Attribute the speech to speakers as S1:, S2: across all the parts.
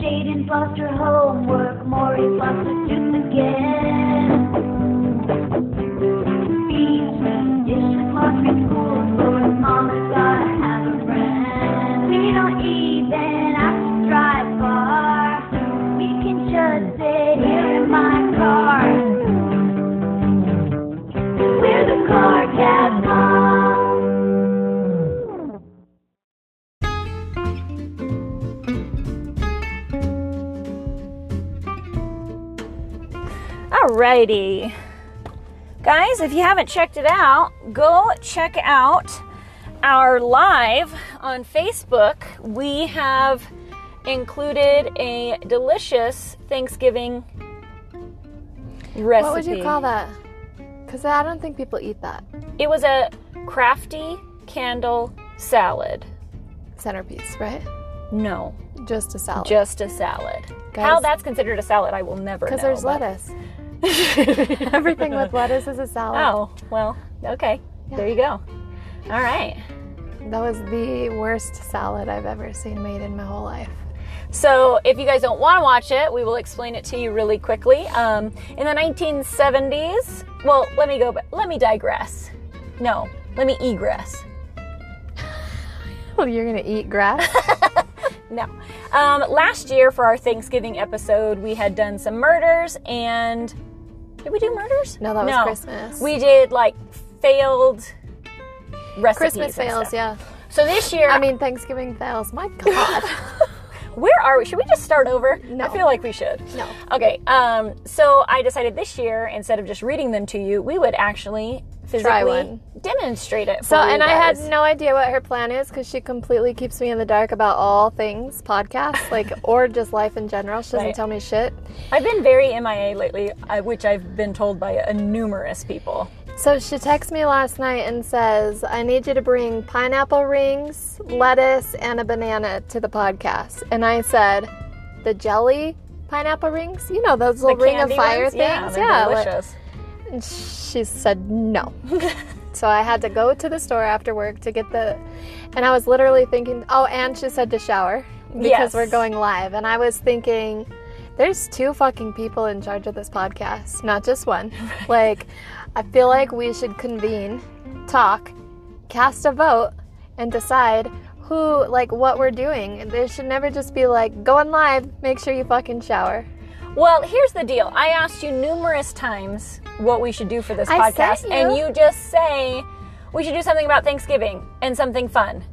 S1: Jaden lost her homework, Maury lost her tooth again. Beatrice, dishes, laundry, school, Lord, Mama's gotta have a friend. We don't even have to drive far. We can just sit here in my car. We're the car cab moms.
S2: Alrighty. Guys, if you haven't checked it out, go check out our live on Facebook. We have included a delicious Thanksgiving recipe.
S3: What would you call that? Because I don't think people eat that
S2: It was a crafty candle salad.
S3: centerpiece, right?
S2: No,
S3: Just a salad.
S2: just a salad.
S3: Guys-
S2: How that's considered a salad, I will never know.
S3: Because there's
S2: but-
S3: lettuce. Everything with lettuce is a salad.
S2: Oh, well, okay. There you go. All right. Oh.
S3: That was the worst salad I've ever seen made in my whole life.
S2: So, if you guys don't want to watch it, we will explain it to you really quickly. Um, in the 1970s, well, let me go, ba- let me digress. No, let me egress.
S3: Well, you're gonna eat grass.
S2: No. Um, last year for our Thanksgiving episode, we had done some murders and. Did we do murders?
S3: No, that was Christmas.
S2: We did like failed recipes.
S3: Christmas
S2: and
S3: fails,
S2: stuff.
S3: yeah.
S2: So this year,
S3: I mean, Thanksgiving fails. My God.
S2: Where are we? Should we just start over?
S3: No.
S2: I feel like we should.
S3: No.
S2: Okay. Um, so I decided this year, instead of just reading them to you, we would actually physically
S3: one.
S2: demonstrate it. For
S3: So,
S2: you
S3: and I had
S2: guys.
S3: no idea what her plan is because she completely keeps me in the dark about all things podcast, like, or just life in general. She doesn't
S2: Right.
S3: tell me shit.
S2: I've been very MIA lately, I- which I've been told by uh, numerous people.
S3: So she texts me last night and says, I need you to bring pineapple rings, lettuce, and a banana to the podcast. And I said, The jelly pineapple rings? You know, those little ring of
S2: candy
S3: fire
S2: ones?
S3: things?
S2: Yeah, they're
S3: like-
S2: delicious.
S3: and she said no. so I had to go to the store after work to get the. And I was literally thinking, oh, and she said to shower because
S2: Yes.
S3: we're going live. And I was thinking, there's two fucking people in charge of this podcast, not just one. Like, I feel like we should convene, talk, cast a vote, and decide who, like, what we're doing. There should never just be like, go on live, make sure you fucking shower.
S2: Well, here's the deal. I asked you numerous times what we should do for this
S3: I said
S2: podcast, and
S3: you.
S2: you just say we should do something about Thanksgiving and something fun.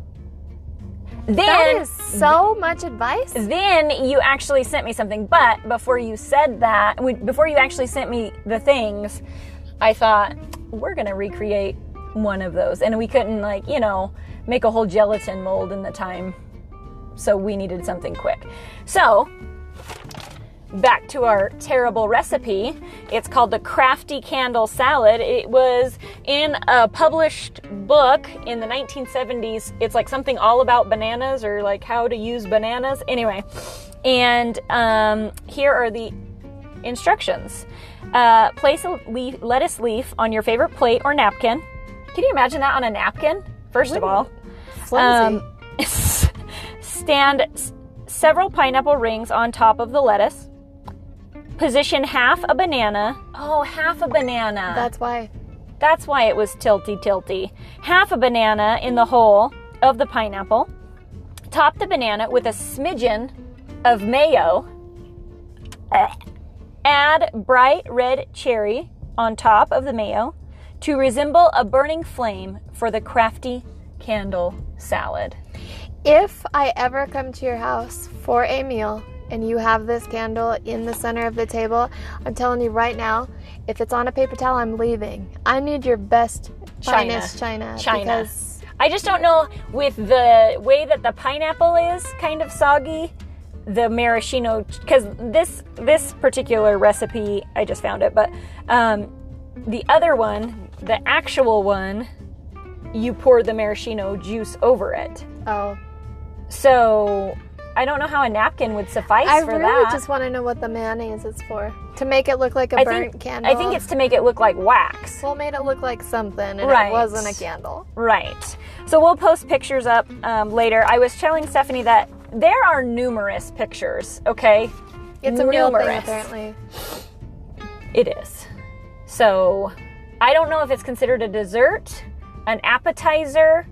S2: Then
S3: That is so much advice.
S2: then you actually sent me something but before you said that when- before you actually sent me the things i thought we're gonna recreate one of those and we couldn't like you know make a whole gelatin mold in the time so we needed something quick so back to our terrible recipe it's called the crafty candle salad it was in a published book in the 1970s it's like something all about bananas or like how to use bananas anyway and um, here are the instructions uh, place a leaf, lettuce leaf on your favorite plate or napkin can you imagine that on a napkin first of all
S3: Flimsy.
S2: Um, stand s- several pineapple rings on top of the lettuce. Position half a banana. Oh, half a banana.
S3: That's why.
S2: That's why it was tilty tilty. Half a banana in the hole of the pineapple. Top the banana with a smidgen of mayo. Eh. Add bright red cherry on top of the mayo to resemble a burning flame for the crafty candle salad.
S3: If I ever come to your house for a meal and you have this candle in the center of the table, I'm telling you right now, if it's on a paper towel, I'm leaving. I need your best
S2: China.
S3: finest china.
S2: China.
S3: Because
S2: I just don't know with the way that the pineapple is kind of soggy, the maraschino because this this particular recipe I just found it, but um, the other one, the actual one, you pour the maraschino juice over it.
S3: oh,
S2: So I don't know how a napkin would suffice
S3: I
S2: for
S3: really
S2: that.
S3: just want to know what the mayonnaise is for to make it look like a
S2: I
S3: burnt
S2: think
S3: candle.
S2: I think it's to make it look like wax.
S3: well made it look like something, and
S2: Right.
S3: it wasn't a candle.
S2: Right. So we'll post pictures up um, later. I was telling Stephanie that There are numerous pictures, okay?
S3: It's a real thing,
S2: Numerous.
S3: apparently.
S2: It is. So I don't know if it's considered a dessert, an appetizer,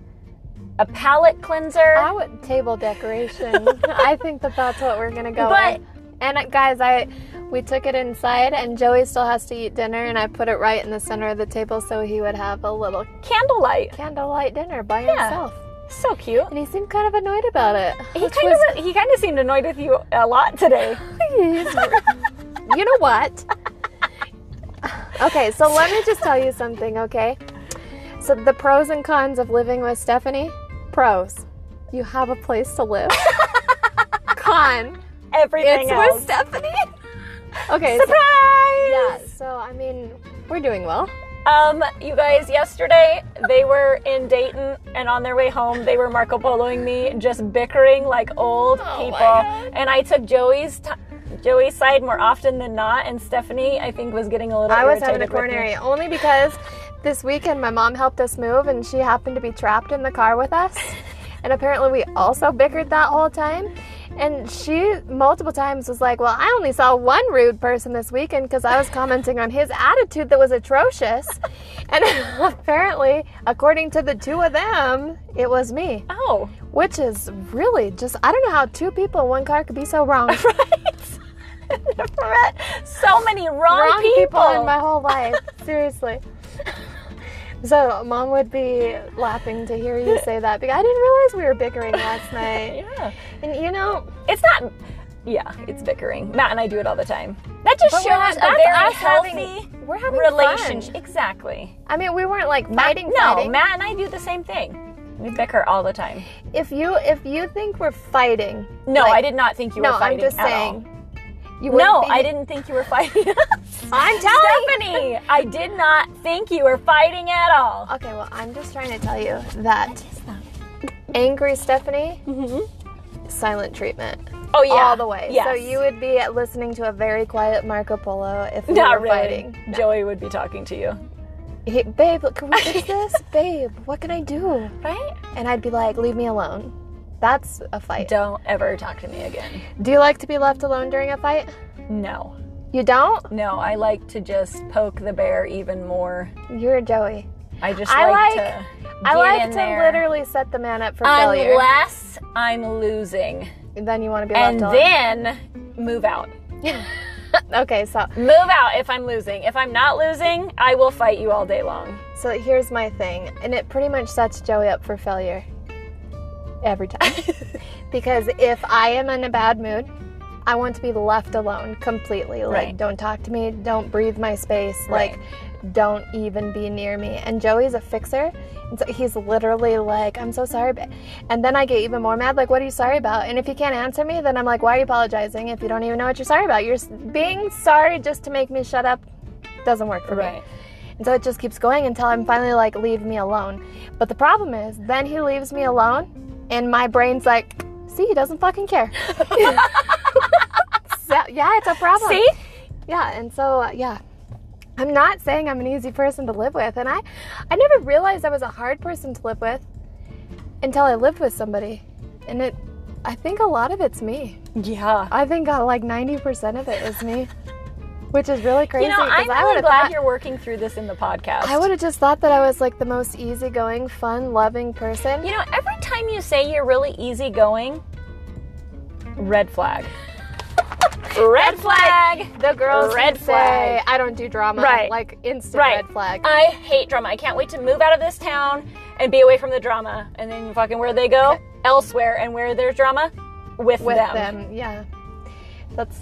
S2: a palate cleanser.
S3: I would table decoration. I think that that's what we're gonna go
S2: But-
S3: with. And uh, guys, I we took it inside, and Joey still has to eat dinner, and I put it right in the center of the table so he would have a little
S2: Candlelight.
S3: candlelight dinner by
S2: Yeah.
S3: himself.
S2: So cute.
S3: And he seemed kind of annoyed about it.
S2: He
S3: which
S2: kind
S3: was-
S2: of he kind of seemed annoyed with you a lot today.
S3: you know what? Okay, so let me just tell you something, okay? So the pros and cons of living with Stephanie. Pros. You have a place to live. Con.
S2: Everything
S3: It's
S2: else.
S3: with Stephanie. Okay, so
S2: Surprise!
S3: yeah, so I mean, we're doing well.
S2: Um, you guys, yesterday they were in Dayton, and on their way home, they were Marco Poloing me, just bickering like old
S3: Oh my God.
S2: people. And I took Joey's t- Joey's side more often than not, and Stephanie, I think, was getting a little.
S3: I was having a
S2: irritated with me.
S3: coronary only because this weekend my mom helped us move and she happened to be trapped in the car with us. and apparently we also bickered that whole time. And she multiple times was like, Well, I only saw one rude person this weekend because I was commenting on his attitude that was atrocious. and apparently, according to the two of them, it was me,
S2: Oh,
S3: which is really just, I don't know how two people in one car could be so wrong.
S2: right. so many wrong,
S3: wrong people.
S2: people.
S3: in my whole life. Seriously. So mom would be laughing to hear you say that because I didn't realize we were bickering last night.
S2: yeah,
S3: And you know,
S2: it's not. Yeah, it's bickering. Matt and I do it all the time. That just
S3: But we're
S2: shows
S3: not-
S2: a
S3: that's
S2: very
S3: us
S2: healthy
S3: having- we're having
S2: relationship.
S3: fun.
S2: Exactly.
S3: I mean, we weren't like
S2: Matt-
S3: fighting,
S2: Uh, no,
S3: fighting.
S2: Matt and I do the same thing. We bicker all the time.
S3: If you if you think we're fighting,
S2: No,
S3: like-
S2: I did not think you
S3: no,
S2: were
S3: I'm
S2: fighting.
S3: just
S2: at
S3: saying.
S2: all.
S3: You
S2: No,
S3: wouldn't be-
S2: I didn't think you were fighting.
S3: I'm telling you.
S2: Stephanie, I did not think you were fighting at all.
S3: Okay, well, I'm just trying to tell you that angry Stephanie,
S2: Mm-hmm.
S3: silent treatment.
S2: Oh yeah,
S3: all the way.
S2: Yes.
S3: So you would be listening to a very quiet Marco Polo if we
S2: not
S3: were
S2: really.
S3: fighting.
S2: Joey would be talking to you,
S3: Hey, babe, look, can we fix this? babe, what can I do?
S2: right?
S3: And I'd be like, leave me alone. That's a fight.
S2: Don't ever talk to me again.
S3: Do you like to be left alone during a fight?
S2: No,
S3: You don't?
S2: no, I like to just poke the bear even more.
S3: You're a Joey.
S2: I just
S3: I
S2: like,
S3: like-
S2: to.
S3: I
S2: get
S3: like
S2: in
S3: to
S2: there.
S3: literally set the man up for failure.
S2: Unless I'm losing,
S3: Then you want to be
S2: and
S3: left alone.
S2: then move out.
S3: okay, so
S2: Move out if I'm losing. If I'm not losing, I will fight you all day long.
S3: so here's my thing, and it pretty much sets Joey up for failure every time. because if I am in a bad mood, I want to be left alone completely. Like,
S2: Right.
S3: don't talk to me, don't breathe my space,
S2: Right.
S3: like, don't even be near me. And Joey's a fixer. And so he's literally like, I'm so sorry. ba- And then I get even more mad, like, what are you sorry about? And if he can't answer me, then I'm like, why are you apologizing if you don't even know what you're sorry about? You're s- being sorry just to make me shut up doesn't work for me. And so it just keeps going until I'm finally like, leave me alone. But the problem is, then he leaves me alone, and my brain's like, see, he doesn't fucking care. so, yeah, it's a problem.
S2: See?
S3: Yeah, and so, uh, yeah. I'm not saying I'm an easy person to live with, and I, I never realized I was a hard person to live with until I lived with somebody. And it, I think a lot of it's me.
S2: Yeah.
S3: I think uh, like 90% of it is me, which is really crazy.
S2: You know,
S3: 'cause
S2: I'm
S3: I
S2: really
S3: would've
S2: glad
S3: thought-
S2: you're working through this in the podcast.
S3: I would have just thought that I was like the most easygoing, fun, loving person.
S2: You know, every time you say you're really easygoing, red flag. red flag.
S3: the girls
S2: Red
S3: who
S2: flag.
S3: say I don't do drama,
S2: Right.
S3: like instant
S2: Right.
S3: red flag.
S2: I hate drama. I can't wait to move out of this town and be away from the drama. And then fucking where they go? Elsewhere. And where there's drama? With,
S3: with
S2: them.
S3: them. yeah. That's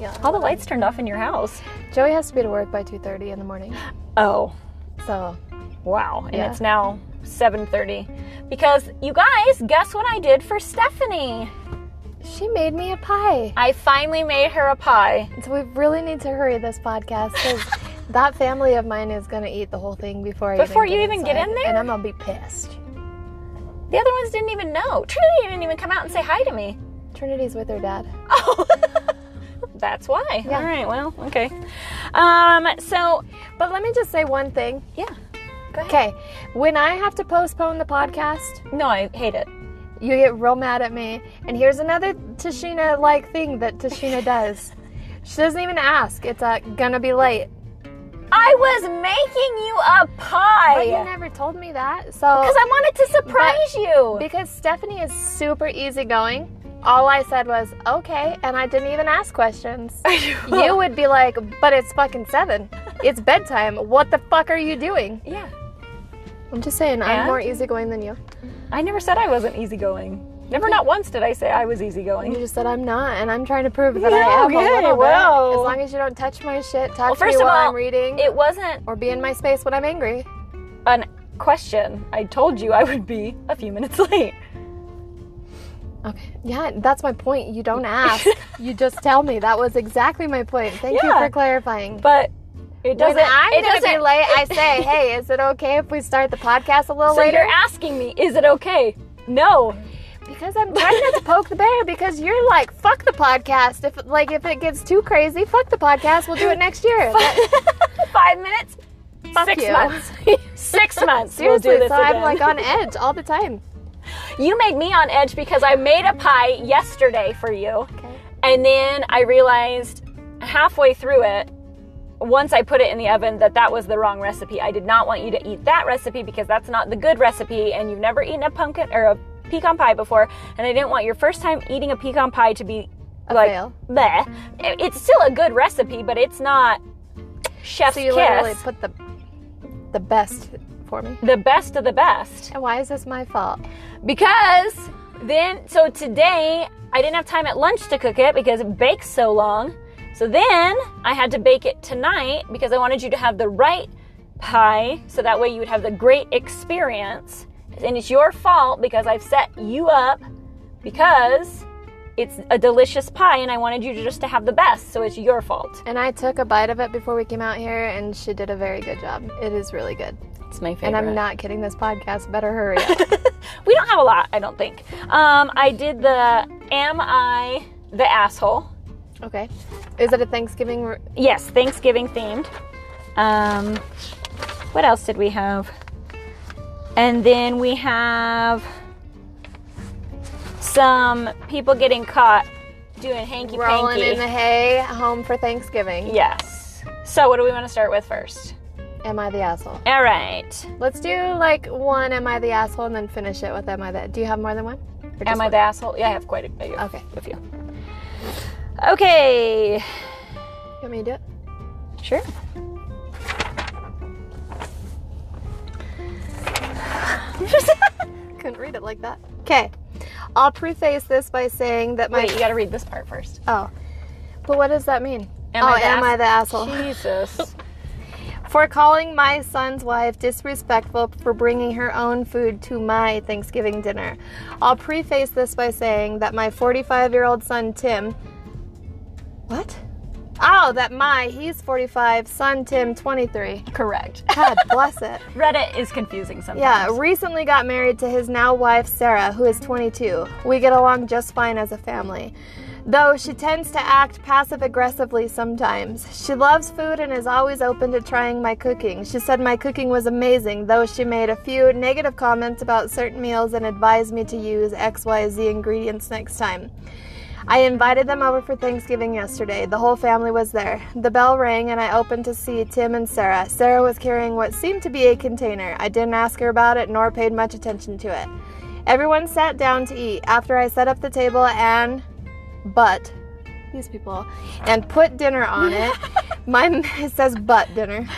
S3: yeah.
S2: All the lights turned off in your house.
S3: Joey has to be to work by two thirty in the morning,
S2: Oh.
S3: so
S2: Wow, and
S3: Yeah.
S2: it's now 7:30 because you guys, guess what I did for Stephanie?
S3: she made me a pie.
S2: I finally made her a pie.
S3: So we really need to hurry this podcast because that family of mine is gonna eat the whole thing before I
S2: Before
S3: even
S2: you
S3: get
S2: even get
S3: inside,
S2: in there?
S3: and I'm gonna be pissed.
S2: The other ones didn't even know. Trinity didn't even come out and say hi to me.
S3: Trinity's with her dad.
S2: Oh. That's why.
S3: Yeah.
S2: All right. Well, okay. Um so
S3: But let me just say one thing.
S2: yeah.
S3: Okay, when I have to postpone the podcast,
S2: No, I hate it.
S3: You get real mad at me. And here's another Tashina like thing that Tashina does. She doesn't even ask. It's uh, gonna be late.
S2: I was making you a
S3: But Oh, you
S2: pie
S3: never told me that. So
S2: because I wanted to surprise you.
S3: Because Stephanie is super easygoing. All I said was, okay, and I didn't even ask questions. you would be like, but it's fucking seven. It's bedtime. What the fuck are you doing?
S2: yeah,
S3: I'm just saying, I'm
S2: And?
S3: more easygoing than you.
S2: I never said I wasn't easygoing. Never, not once did I say I was easygoing.
S3: You just said I'm not, and I'm trying to prove that
S2: Yeah,
S3: I am. a
S2: okay,
S3: little bit.
S2: well.
S3: As long as you don't touch my shit, talk
S2: Well,
S3: to me
S2: first of
S3: while
S2: all,
S3: I'm reading,
S2: It wasn't
S3: or be in my space when I'm angry.
S2: an question. I told you I would be a few minutes late.
S3: Okay. Yeah, that's my point. You don't ask. you just tell me. That was exactly my point. Thank you
S2: Yeah.
S3: for clarifying.
S2: But it doesn't.
S3: when I'm
S2: it
S3: gonna
S2: doesn't
S3: be late, I say, "Hey, is it okay if we start the podcast a little
S2: So
S3: later?"
S2: you're asking me, is it okay? No.
S3: Because I'm trying not to poke the bear. Because you're like, "Fuck the podcast." If like if it gets too crazy, fuck the podcast. We'll do it next year. That-
S2: Five minutes.
S3: fuck
S2: six
S3: you.
S2: months. Six months.
S3: Seriously,
S2: we'll do this
S3: so
S2: again.
S3: I'm like oh. on edge all the time.
S2: you made me on edge because I made a pie yesterday for you,
S3: Okay.
S2: and then I realized halfway through it. Once I put it in the oven, that that was the wrong recipe. I did not want you to eat that recipe because that's not the good recipe, and you've never eaten a pumpkin or a pecan pie before, and I didn't want your first time eating a pecan pie to be
S3: A
S2: like
S3: fail.
S2: bleh. It- It's still a good recipe, but it's not chef's
S3: So you literally
S2: kiss.
S3: put the the best for me.
S2: the best of the best.
S3: And why is this my fault?
S2: Because then, so today I didn't have time at lunch to cook it because it bakes so long. So then I had to bake it tonight because I wanted you to have the right pie so that way you would have the great experience. And it's your fault because I've set you up because it's a delicious pie and I wanted you to just to have the best. So it's your fault.
S3: And I took a bite of it before we came out here, and she did a very good job. It is really good.
S2: It's my favorite.
S3: And I'm not kidding. This podcast better hurry up.
S2: we don't have a lot, I don't think. Um, I did the Am I the Asshole?
S3: okay. Is it a Thanksgiving? r-
S2: Yes, Thanksgiving themed. Um, what else did we have? And then we have some people getting caught doing hanky
S3: rolling in the
S2: panky.
S3: hay home for Thanksgiving.
S2: Yes. So, what do we want to start with first?
S3: Am I the asshole?
S2: All right.
S3: Let's do like one Am I the asshole and then finish it with Am I the Do you have more than one? Or just
S2: Am I
S3: one?
S2: the asshole? Yeah, I have quite a bit
S3: Okay.
S2: a few. Okay.
S3: You want me to do it?
S2: Sure.
S3: Couldn't read it like that. Okay. I'll preface this by saying that my e-,
S2: Wait, you got to read this part first.
S3: Oh. But what does that mean?
S2: Am
S3: oh,
S2: I the
S3: am
S2: ass-
S3: I the asshole?
S2: Jesus.
S3: For calling my son's wife disrespectful for bringing her own food to my Thanksgiving dinner. I'll preface this by saying that my 45 year old son, Tim. What? Oh, that my, he's 45, son, Tim, 23.
S2: Correct.
S3: God bless it.
S2: Reddit is confusing sometimes.
S3: Yeah, recently got married to his now wife, Sarah, who is 22. We get along just fine as a family. Though she tends to act passive aggressively sometimes. She loves food and is always open to trying my cooking. She said my cooking was amazing, though she made a few negative comments about certain meals and advised me to use XYZ ingredients next time. I invited them over for Thanksgiving yesterday. The whole family was there. The bell rang and I opened to see Tim and Sarah. Sarah was carrying what seemed to be a container. I didn't ask her about it nor paid much attention to it. Everyone sat down to eat after I set up the table and but these people and put dinner on it. My it says but dinner.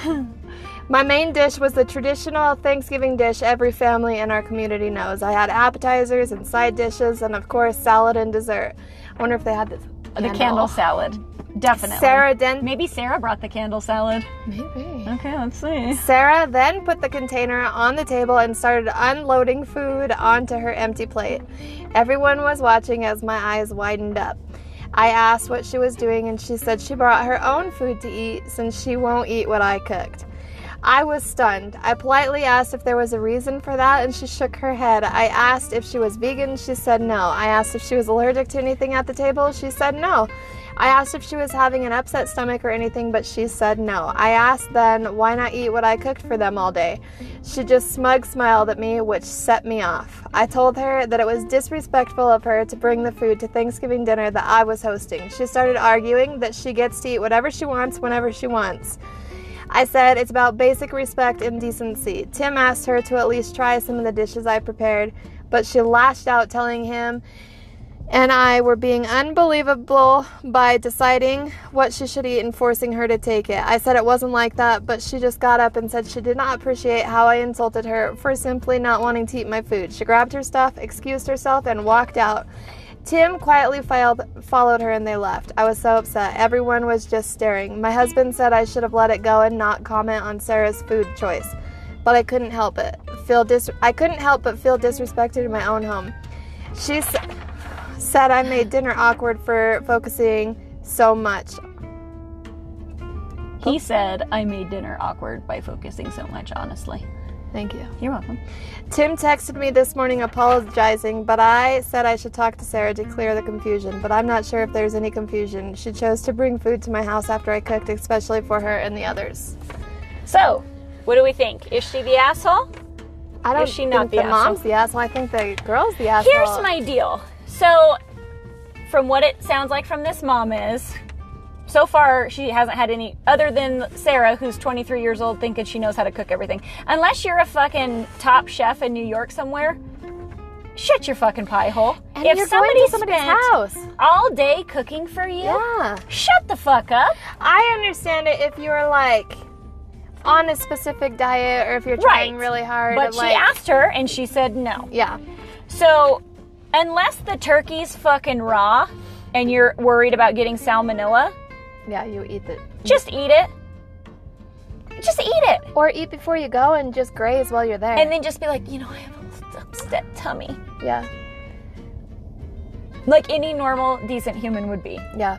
S3: My main dish was the traditional Thanksgiving dish every family in our community knows. I had appetizers and side dishes, and of course, salad and dessert. I wonder if they had this.
S2: The candle salad. Definitely.
S3: Sarah then
S2: Maybe Sarah brought the candle salad.
S3: maybe.
S2: Okay, let's see.
S3: Sarah then put the container on the table and started unloading food onto her empty plate. Everyone was watching as my eyes widened up. I asked what she was doing, and she said she brought her own food to eat since she won't eat what I cooked. I was stunned. I politely asked if there was a reason for that, and she shook her head. I asked if she was vegan. She said no. I asked if she was allergic to anything at the table. She said no. I asked if she was having an upset stomach or anything, but she said no. I asked then why not eat what I cooked for them all day. She just smug smiled at me, which set me off. I told her that it was disrespectful of her to bring the food to Thanksgiving dinner that I was hosting. She started arguing that she gets to eat whatever she wants whenever she wants. I said it's about basic respect and decency. Tim asked her to at least try some of the dishes I prepared, but she lashed out, telling him and I were being unbelievable by deciding what she should eat and forcing her to take it. I said it wasn't like that, but she just got up and said she did not appreciate how I insulted her for simply not wanting to eat my food. She grabbed her stuff, excused herself, and walked out. Tim quietly filed, followed her and they left. I was so upset. Everyone was just staring. My husband said I should have let it go and not comment on Sarah's food choice, but I couldn't help it. Feel dis- I couldn't help but feel disrespected in my own home. She s- said I made dinner awkward for focusing so much.
S2: He said, I made dinner awkward by focusing so much, honestly.
S3: Thank you.
S2: You're welcome.
S3: Tim texted me this morning apologizing, but I said I should talk to Sarah to clear the confusion, but I'm not sure if there's any confusion. She chose to bring food to my house after I cooked, especially for her and the others.
S2: So, what do we think? Is she the asshole?
S3: I don't
S2: Is she not
S3: think
S2: the
S3: the,
S2: asshole?
S3: mom's the asshole. I think the girl's the asshole.
S2: Here's my deal. So, from what it sounds like from this mom is, so far she hasn't had any other than Sarah, who's 23 years old, thinking she knows how to cook everything. Unless you're a fucking top chef in New York somewhere, shut your fucking pie hole.
S3: and you're going to somebody's
S2: spent
S3: house.
S2: all day cooking for you,
S3: Yeah.
S2: shut the fuck up.
S3: I understand it if you were like on a specific diet or if you're trying
S2: Right.
S3: really hard.
S2: But
S3: and,
S2: she
S3: like,
S2: asked her, and she said no.
S3: Yeah.
S2: So, unless the turkey's fucking raw and you're worried about getting salmonella,
S3: Yeah, you eat the
S2: just eat it. Just eat it.
S3: Or eat before you go and just graze while you're there.
S2: And then just be like, you know, I have a little upset tummy.
S3: yeah,
S2: Like any normal, decent human would be.
S3: yeah.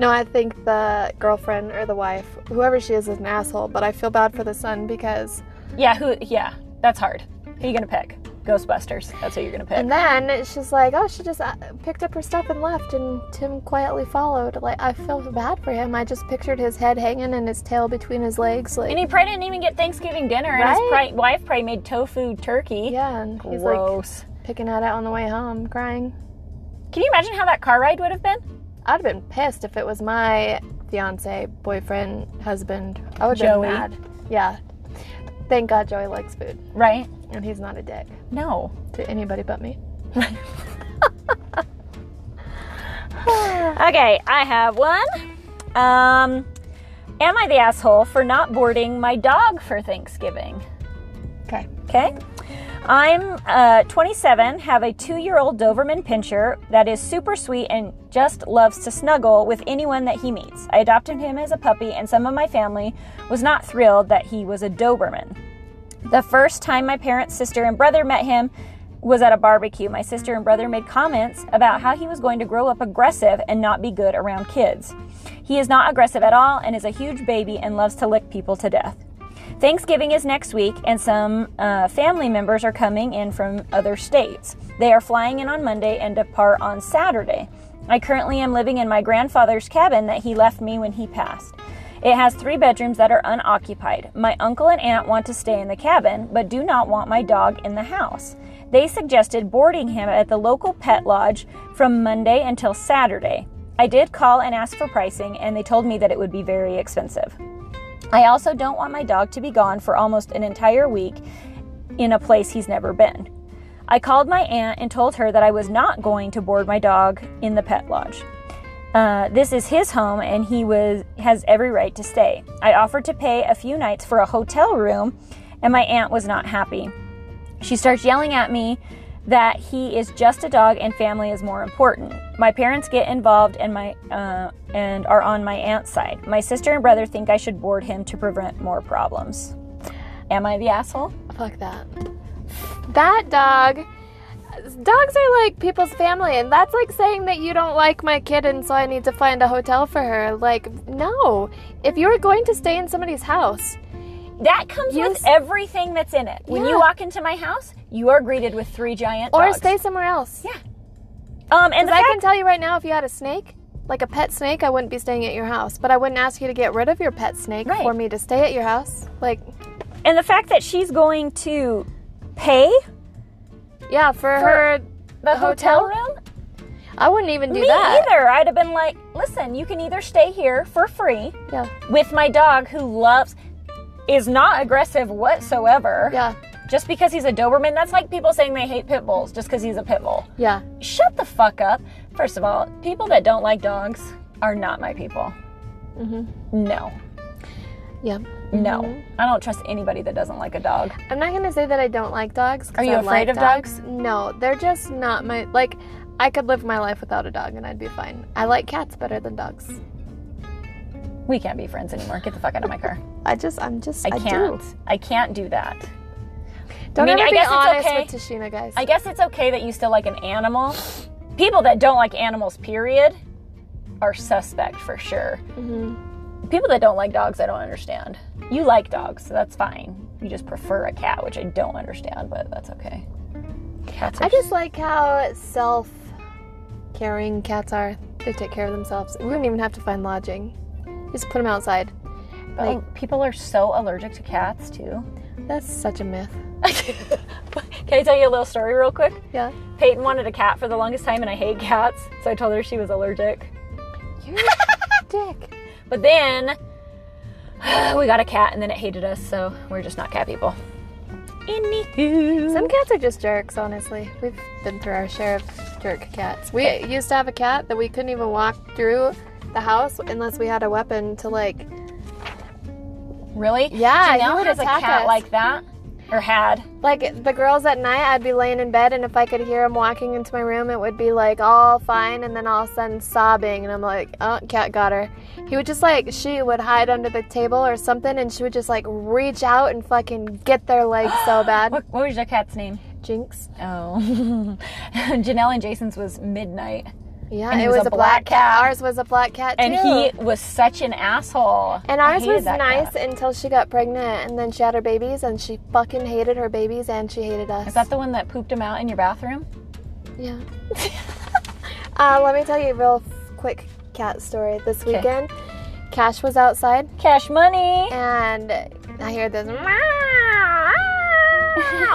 S3: No, I think the girlfriend or the wife, whoever she is, is an asshole. But I feel bad for the son because.
S2: Yeah, who, yeah, that's hard. Who you gonna pick? Ghostbusters. That's who you're gonna pick.
S3: And then she's like, "Oh, she just uh, picked up her stuff and left," and Tim quietly followed. Like, I feel bad for him. I just pictured his head hanging and his tail between his legs. Like,
S2: And he probably didn't even get Thanksgiving dinner, and his
S3: Right?
S2: pri- wife probably made tofu turkey.
S3: yeah, and he's
S2: Gross.
S3: like picking at it on the way home, crying.
S2: Can you imagine how that car ride would have been?
S3: I'd have been pissed if it was my fiance, boyfriend, husband. I would have
S2: Joey.
S3: been mad. Yeah. Thank God Joey likes food
S2: Right?
S3: and he's not a dick
S2: No.
S3: to anybody but me.
S2: Okay, I have one. Um, am I the asshole for not boarding my dog for Thanksgiving?
S3: Okay.
S2: Okay. I'm uh, 27, have a two year old Doberman Pinscher that is super sweet and just loves to snuggle with anyone that he meets. I adopted him as a puppy, and some of my family was not thrilled that he was a Doberman. The first time my parents, sister, and brother met him was at a barbecue. My sister and brother made comments about how he was going to grow up aggressive and not be good around kids. He is not aggressive at all and is a huge baby and loves to lick people to death. Thanksgiving is next week, and some uh, family members are coming in from other states. They are flying in on Monday and depart on Saturday. I currently am living in my grandfather's cabin that he left me when he passed. It has three bedrooms that are unoccupied. My uncle and aunt want to stay in the cabin, but do not want my dog in the house. They suggested boarding him at the local pet lodge from Monday until Saturday. I did call and ask for pricing, and they told me that it would be very expensive. I also don't want my dog to be gone for almost an entire week in a place he's never been. I called my aunt and told her that I was not going to board my dog in the pet lodge. Uh, this is his home, and he was has every right to stay. I offered to pay a few nights for a hotel room, and my aunt was not happy. She starts yelling at me that he is just a dog and family is more important. My parents get involved and my uh, and are on my aunt's side. My sister and brother think I should board him to prevent more problems. Am I the asshole?
S3: Fuck that. That dog. Dogs are like people's family, and that's like saying that you don't like my kid, and so I need to find a hotel for her. Like, no. If you're going to stay in somebody's house,
S2: That comes
S3: You
S2: with
S3: s-
S2: everything that's in it. When you
S3: Yeah.
S2: walk into my house, you are greeted with three giant
S3: or
S2: dogs.
S3: stay somewhere else.
S2: Um, and the
S3: I
S2: fact
S3: can tell you right now, if you had a snake, like a pet snake, I wouldn't be staying at your house, but I wouldn't ask you to get rid of your pet snake
S2: Right.
S3: for me to stay at your house. Like,
S2: And the fact that she's going to pay
S3: yeah, for, her,
S2: the hotel,
S3: hotel?
S2: room,
S3: I wouldn't even do
S2: me
S3: that.
S2: either. I'd have been like, listen, you can either stay here for free
S3: Yeah,
S2: with my dog who loves, is not aggressive whatsoever.
S3: yeah,
S2: Just because he's a Doberman, that's like people saying they hate pit bulls just because he's a pit bull.
S3: yeah.
S2: Shut the fuck up. First of all, people that don't like dogs are not my people.
S3: Mhm.
S2: No,
S3: Yeah.
S2: no.
S3: Mm-hmm.
S2: I don't trust anybody that doesn't like a dog.
S3: I'm not gonna say that I don't like dogs. 'cause
S2: Are you
S3: I
S2: afraid
S3: like
S2: of dogs?
S3: No, they're just not my like. I could live my life without a dog and I'd be fine. I like cats better than dogs.
S2: We can't be friends anymore. Get the fuck out of my car.
S3: I just, I'm just,
S2: I
S3: I,
S2: can't.
S3: do.
S2: I can't do that.
S3: Don't
S2: mean,
S3: ever
S2: I
S3: be
S2: guess it's
S3: honest
S2: okay.
S3: with Tashina, guys.
S2: I guess it's okay that you still like an animal. People that don't like animals, period, are suspect for sure.
S3: Mhm.
S2: People that don't like dogs, I don't understand. You like dogs, so that's fine. You just prefer a cat, which I don't understand, but that's okay. Cats are
S3: I just like how self caring cats are. They take care of themselves. We wouldn't even have to find lodging. Just put them outside.
S2: Oh, people are so allergic to cats too.
S3: That's such a myth.
S2: Can I tell you a little story real quick?
S3: Yeah.
S2: Peyton wanted a cat for the longest time, and I hate cats, so I told her she was allergic.
S3: You're dick.
S2: But then we got a cat, and then it hated us, so we're just not cat people. Anywho,
S3: Some cats are just jerks, honestly. We've been through our share of jerk cats. We used to have a cat that we couldn't even walk through the house unless we had a weapon to like.
S2: really?
S3: Yeah, he
S2: Janelle
S3: would
S2: has a
S3: attack
S2: cat
S3: us.
S2: like that, or had.
S3: Like the girls at night, I'd be laying in bed, and if I could hear him walking into my room, it would be like all fine, and then all of a sudden sobbing, and I'm like, oh, cat got her. He would just like, she would hide under the table or something, and she would just like reach out and fucking get their leg so bad.
S2: What, what was your cat's name?
S3: Jinx.
S2: Oh, Janelle and Jason's was Midnight,
S3: Yeah,
S2: And
S3: it was, a black cat. Ours was a black cat
S2: and
S3: too.
S2: he was such an asshole.
S3: And
S2: I
S3: ours
S2: hated
S3: was
S2: that
S3: nice
S2: cat.
S3: until she got pregnant and then she had her babies and she fucking hated her babies and she hated us.
S2: Is that the one that pooped him out in your bathroom?
S3: yeah. uh, let me tell you a real f- quick cat story. This weekend, Cash was outside
S2: Cash money.
S3: and I hear this meow,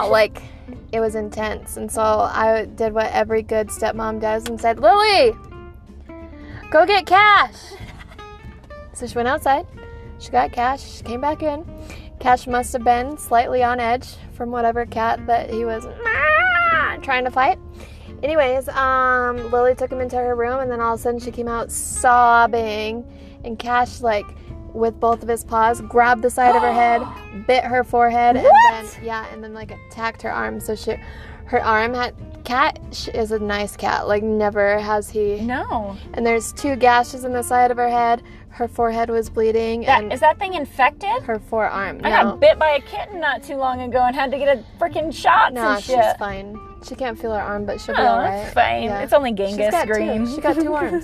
S3: like it was intense. And so I did what every good stepmom does and said, Lily, go get cash. so she went outside, she got cash, she came back in. Cash must have been slightly on edge from whatever cat that he was meow, trying to fight. Anyways, um, Lily took him into her room, and then all of a sudden she came out sobbing, and Cash like with both of his paws grabbed the side of her head, bit her forehead, and
S2: What?
S3: then yeah, and then like attacked her arm. So she, her arm had. Cat sh- is a nice cat. Like never has he.
S2: No.
S3: And there's two gashes in the side of her head. Her forehead was bleeding,
S2: That,
S3: and
S2: is that thing infected?
S3: her forearm.
S2: I
S3: no.
S2: got bit by a kitten not too long ago and had to get a freaking shot
S3: No,
S2: and
S3: she's
S2: shit.
S3: fine. She can't feel her arm, but she'll be
S2: Oh,
S3: all right.
S2: it's fine. It's only
S3: She's
S2: Genghis
S3: got
S2: green.
S3: Two. She got two arms.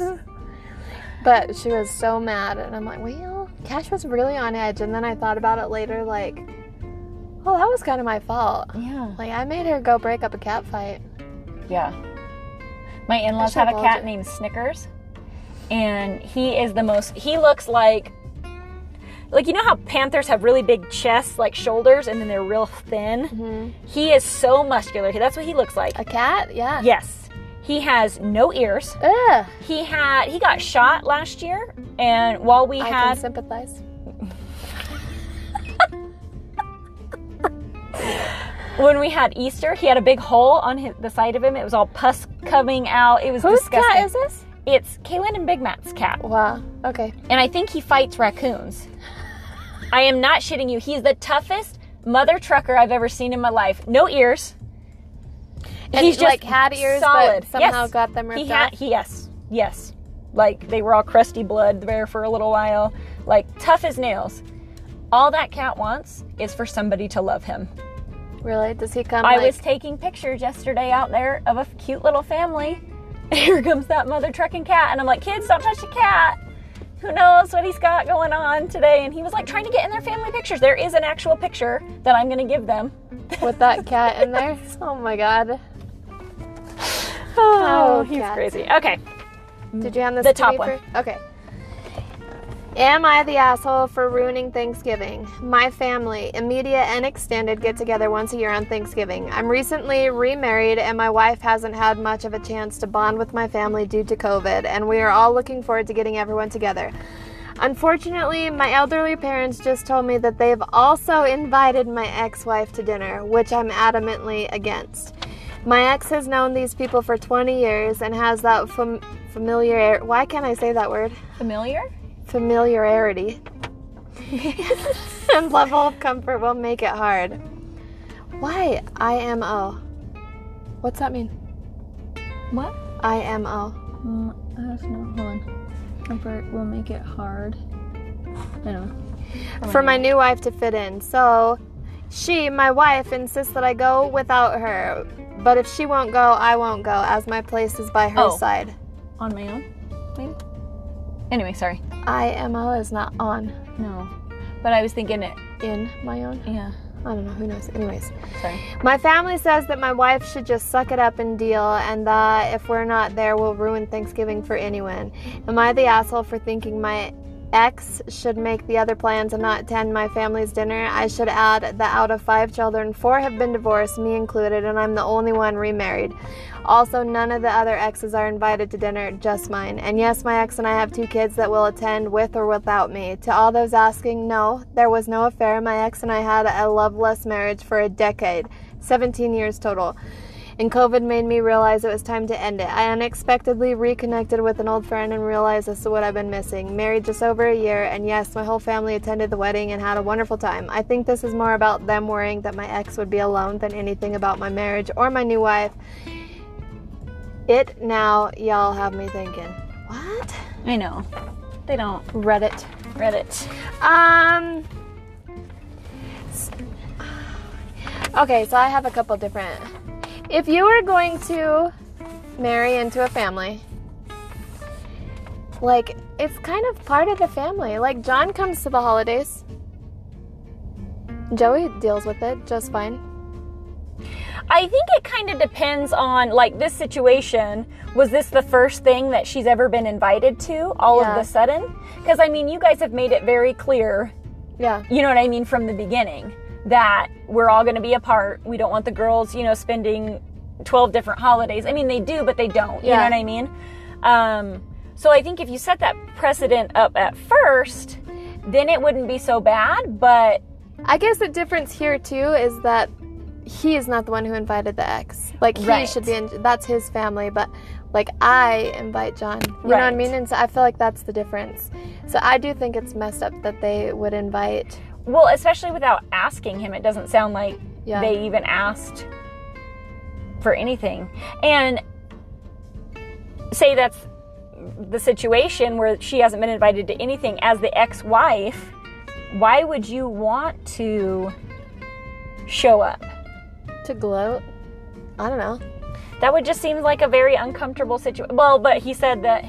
S3: But she was so mad, and I'm like, well, Cash was really on edge. And then I thought about it later, like, oh, that was kind of my fault.
S2: Yeah.
S3: Like, I made her go break up a cat fight.
S2: Yeah. My in laws
S3: I should
S2: have a
S3: apologize.
S2: cat named Snickers. And he is the most, he looks like, like, you know how panthers have really big chests, like shoulders, and then they're real thin? He is so muscular. That's what he looks like.
S3: Mm-hmm. A cat? Yeah.
S2: Yes. He has no ears.
S3: Ugh.
S2: He had, he got shot last year. And while we
S3: I
S2: had,
S3: can sympathize.
S2: when we had Easter, he had a big hole on his, the side of him. It was all pus coming out. It was
S3: Whose
S2: disgusting.
S3: cat is this?
S2: It's Kaylin and Big Matt's cat,
S3: Wow. Okay.
S2: and I think he fights raccoons. I am not shitting you. He's the toughest mother trucker I've ever seen in my life. No ears.
S3: And
S2: He's just
S3: like had ears,
S2: solid.
S3: but somehow
S2: Yes.
S3: got them ripped
S2: He had.
S3: off.
S2: He, yes. Yes. Like they were all crusty blood there for a little while. Like tough as nails. All that cat wants is for somebody to love him.
S3: Really? Does he come?
S2: I
S3: like,
S2: was taking pictures yesterday out there of a f- cute little family. Here comes that mother trucking cat, and I'm like, kids, don't touch the cat. Who knows what he's got going on today? And he was like trying to get in their family pictures. There is an actual picture that I'm going to give them.
S3: with that cat in there. Oh my god.
S2: Oh, he's
S3: cats.
S2: crazy. Okay.
S3: Did you hand this
S2: The
S3: to
S2: top
S3: me
S2: one.
S3: for- okay. Am I the asshole for ruining Thanksgiving? My family, immediate and extended, get together once a year on Thanksgiving. I'm recently remarried, and my wife hasn't had much of a chance to bond with my family due to COVID, and we are all looking forward to getting everyone together. Unfortunately, my elderly parents just told me that they've also invited my ex wife to dinner, which I'm adamantly against. My ex has known these people for 20 years and has that fam- familiar. Why can't I say that word?
S2: Familiar?
S3: Familiarity. and level of comfort will make it hard. Why IMO? What's that mean?
S2: What?
S3: IMO.
S2: Mm, I don't know. Hold on. Comfort will make it hard. I don't know.
S3: For my new wife to fit in. So she, my wife, insists that I go without her. But if she won't go, I won't go, as my place is by her
S2: Oh.
S3: side.
S2: On my own?
S3: Maybe.
S2: Anyway, sorry.
S3: IMO is not on,
S2: No. But I was thinking it.
S3: in my own.
S2: Yeah.
S3: I don't know, who knows? Anyways.
S2: Sorry.
S3: My family says that my wife should just suck it up and deal, and that if we're not there, we'll ruin Thanksgiving for anyone. Am I the asshole for thinking my ex should make the other plans and not attend my family's dinner? I should add that out of five children, four have been divorced, me included, and I'm the only one remarried. Also, none of the other exes are invited to dinner, just mine. And yes, my ex and I have two kids that will attend with or without me. To all those asking, no, there was no affair. My ex and I had a loveless marriage for a decade, 17 years total. And COVID made me realize it was time to end it. I unexpectedly reconnected with an old friend and realized this is what I've been missing. Married just over a year, and yes, my whole family attended the wedding and had a wonderful time. I think this is more about them worrying that my ex would be alone than anything about my marriage or my new wife. It now, y'all have me thinking. What?
S2: I know. They don't.
S3: Reddit.
S2: Reddit.
S3: Um. s- Okay, so I have a couple different. If you were going to marry into a family, like, it's kind of part of the family. Like, John comes to the holidays, Joey deals with it just fine.
S2: I think it kind of depends on like this situation. Was this the first thing that she's ever been invited to all
S3: Yeah.
S2: of the sudden? Because I mean, you guys have made it very clear,
S3: Yeah.
S2: you know what I mean, from the beginning that we're all going to be apart. We don't want the girls, you know, spending 12 different holidays. I mean, they do, but they don't. You know
S3: Yeah.
S2: what I mean? Um, so I think if you set that precedent up at first, then it wouldn't be so bad, but
S3: I guess the difference here, too, is that he is not the one who invited the ex. Like, he
S2: Right.
S3: should be, in, that's his family, but like, I invite John. You know what I
S2: Right.
S3: mean? And so I feel like that's the difference. So I do think it's messed up that they would invite.
S2: well, especially without asking him, it doesn't sound like
S3: Yeah.
S2: they even asked for anything. And say that's the situation where she hasn't been invited to anything as the ex wife, why would you want to show up?
S3: to gloat. I don't know.
S2: That would just seem like a very uncomfortable situation. Well, but he said that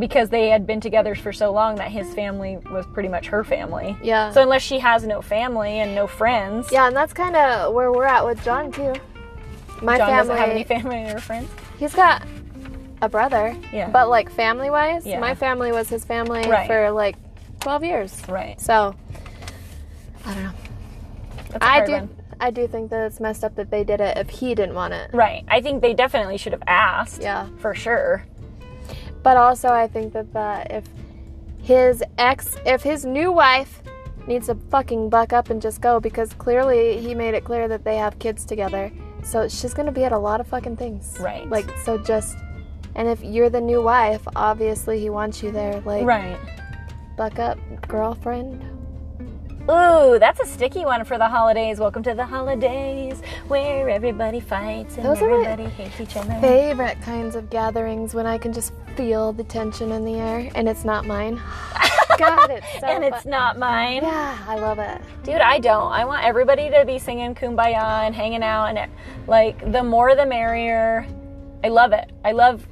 S2: because they had been together for so long that his family was pretty much her family.
S3: Yeah.
S2: So unless she has no family and no friends,
S3: yeah, and that's kind of where we're at with John, too. My
S2: John
S3: family.
S2: doesn't have any family or friends.
S3: He's got a brother.
S2: Yeah.
S3: But like, family wise,
S2: Yeah.
S3: my family was his family
S2: Right.
S3: for like 12 years.
S2: right.
S3: So, I don't know.
S2: That's a
S3: I
S2: hard
S3: do.
S2: one.
S3: I do think that it's messed up that they did it if he didn't want it.
S2: Right. I think they definitely should have asked.
S3: Yeah.
S2: For sure.
S3: But also, I think that that if his ex, if his new wife needs to fucking buck up and just go because clearly he made it clear that they have kids together. So she's gonna be at a lot of fucking things.
S2: Right.
S3: Like so, just and if you're the new wife, obviously he wants you there. Like
S2: Right.
S3: buck up, girlfriend.
S2: Ooh, that's a sticky one for the holidays. Welcome to the holidays where everybody fights and
S3: Those are my
S2: everybody hates each other.
S3: Favorite kinds of gatherings when I can just feel the tension in the air and it's not mine. God, it's so
S2: and it's
S3: fun.
S2: not mine.
S3: Yeah, I love it.
S2: Dude, I don't. I want everybody to be singing kumbaya and hanging out and it, like the more the merrier. I love it. I love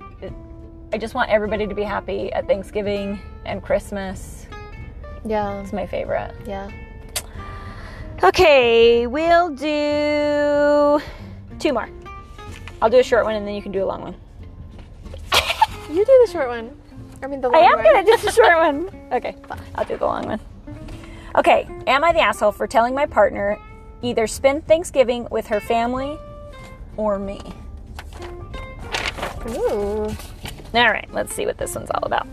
S2: I just want everybody to be happy at Thanksgiving and Christmas.
S3: Yeah.
S2: It's my favorite.
S3: Yeah.
S2: Okay, we'll do two more. I'll do a short one and then you can do a long one.
S3: You do the short one. I mean the long
S2: I am
S3: one.
S2: gonna do the short one. Okay, I'll do the long one. Okay, am I the asshole for telling my partner either spend Thanksgiving with her family or me?
S3: Ooh.
S2: All right, let's see what this one's all about.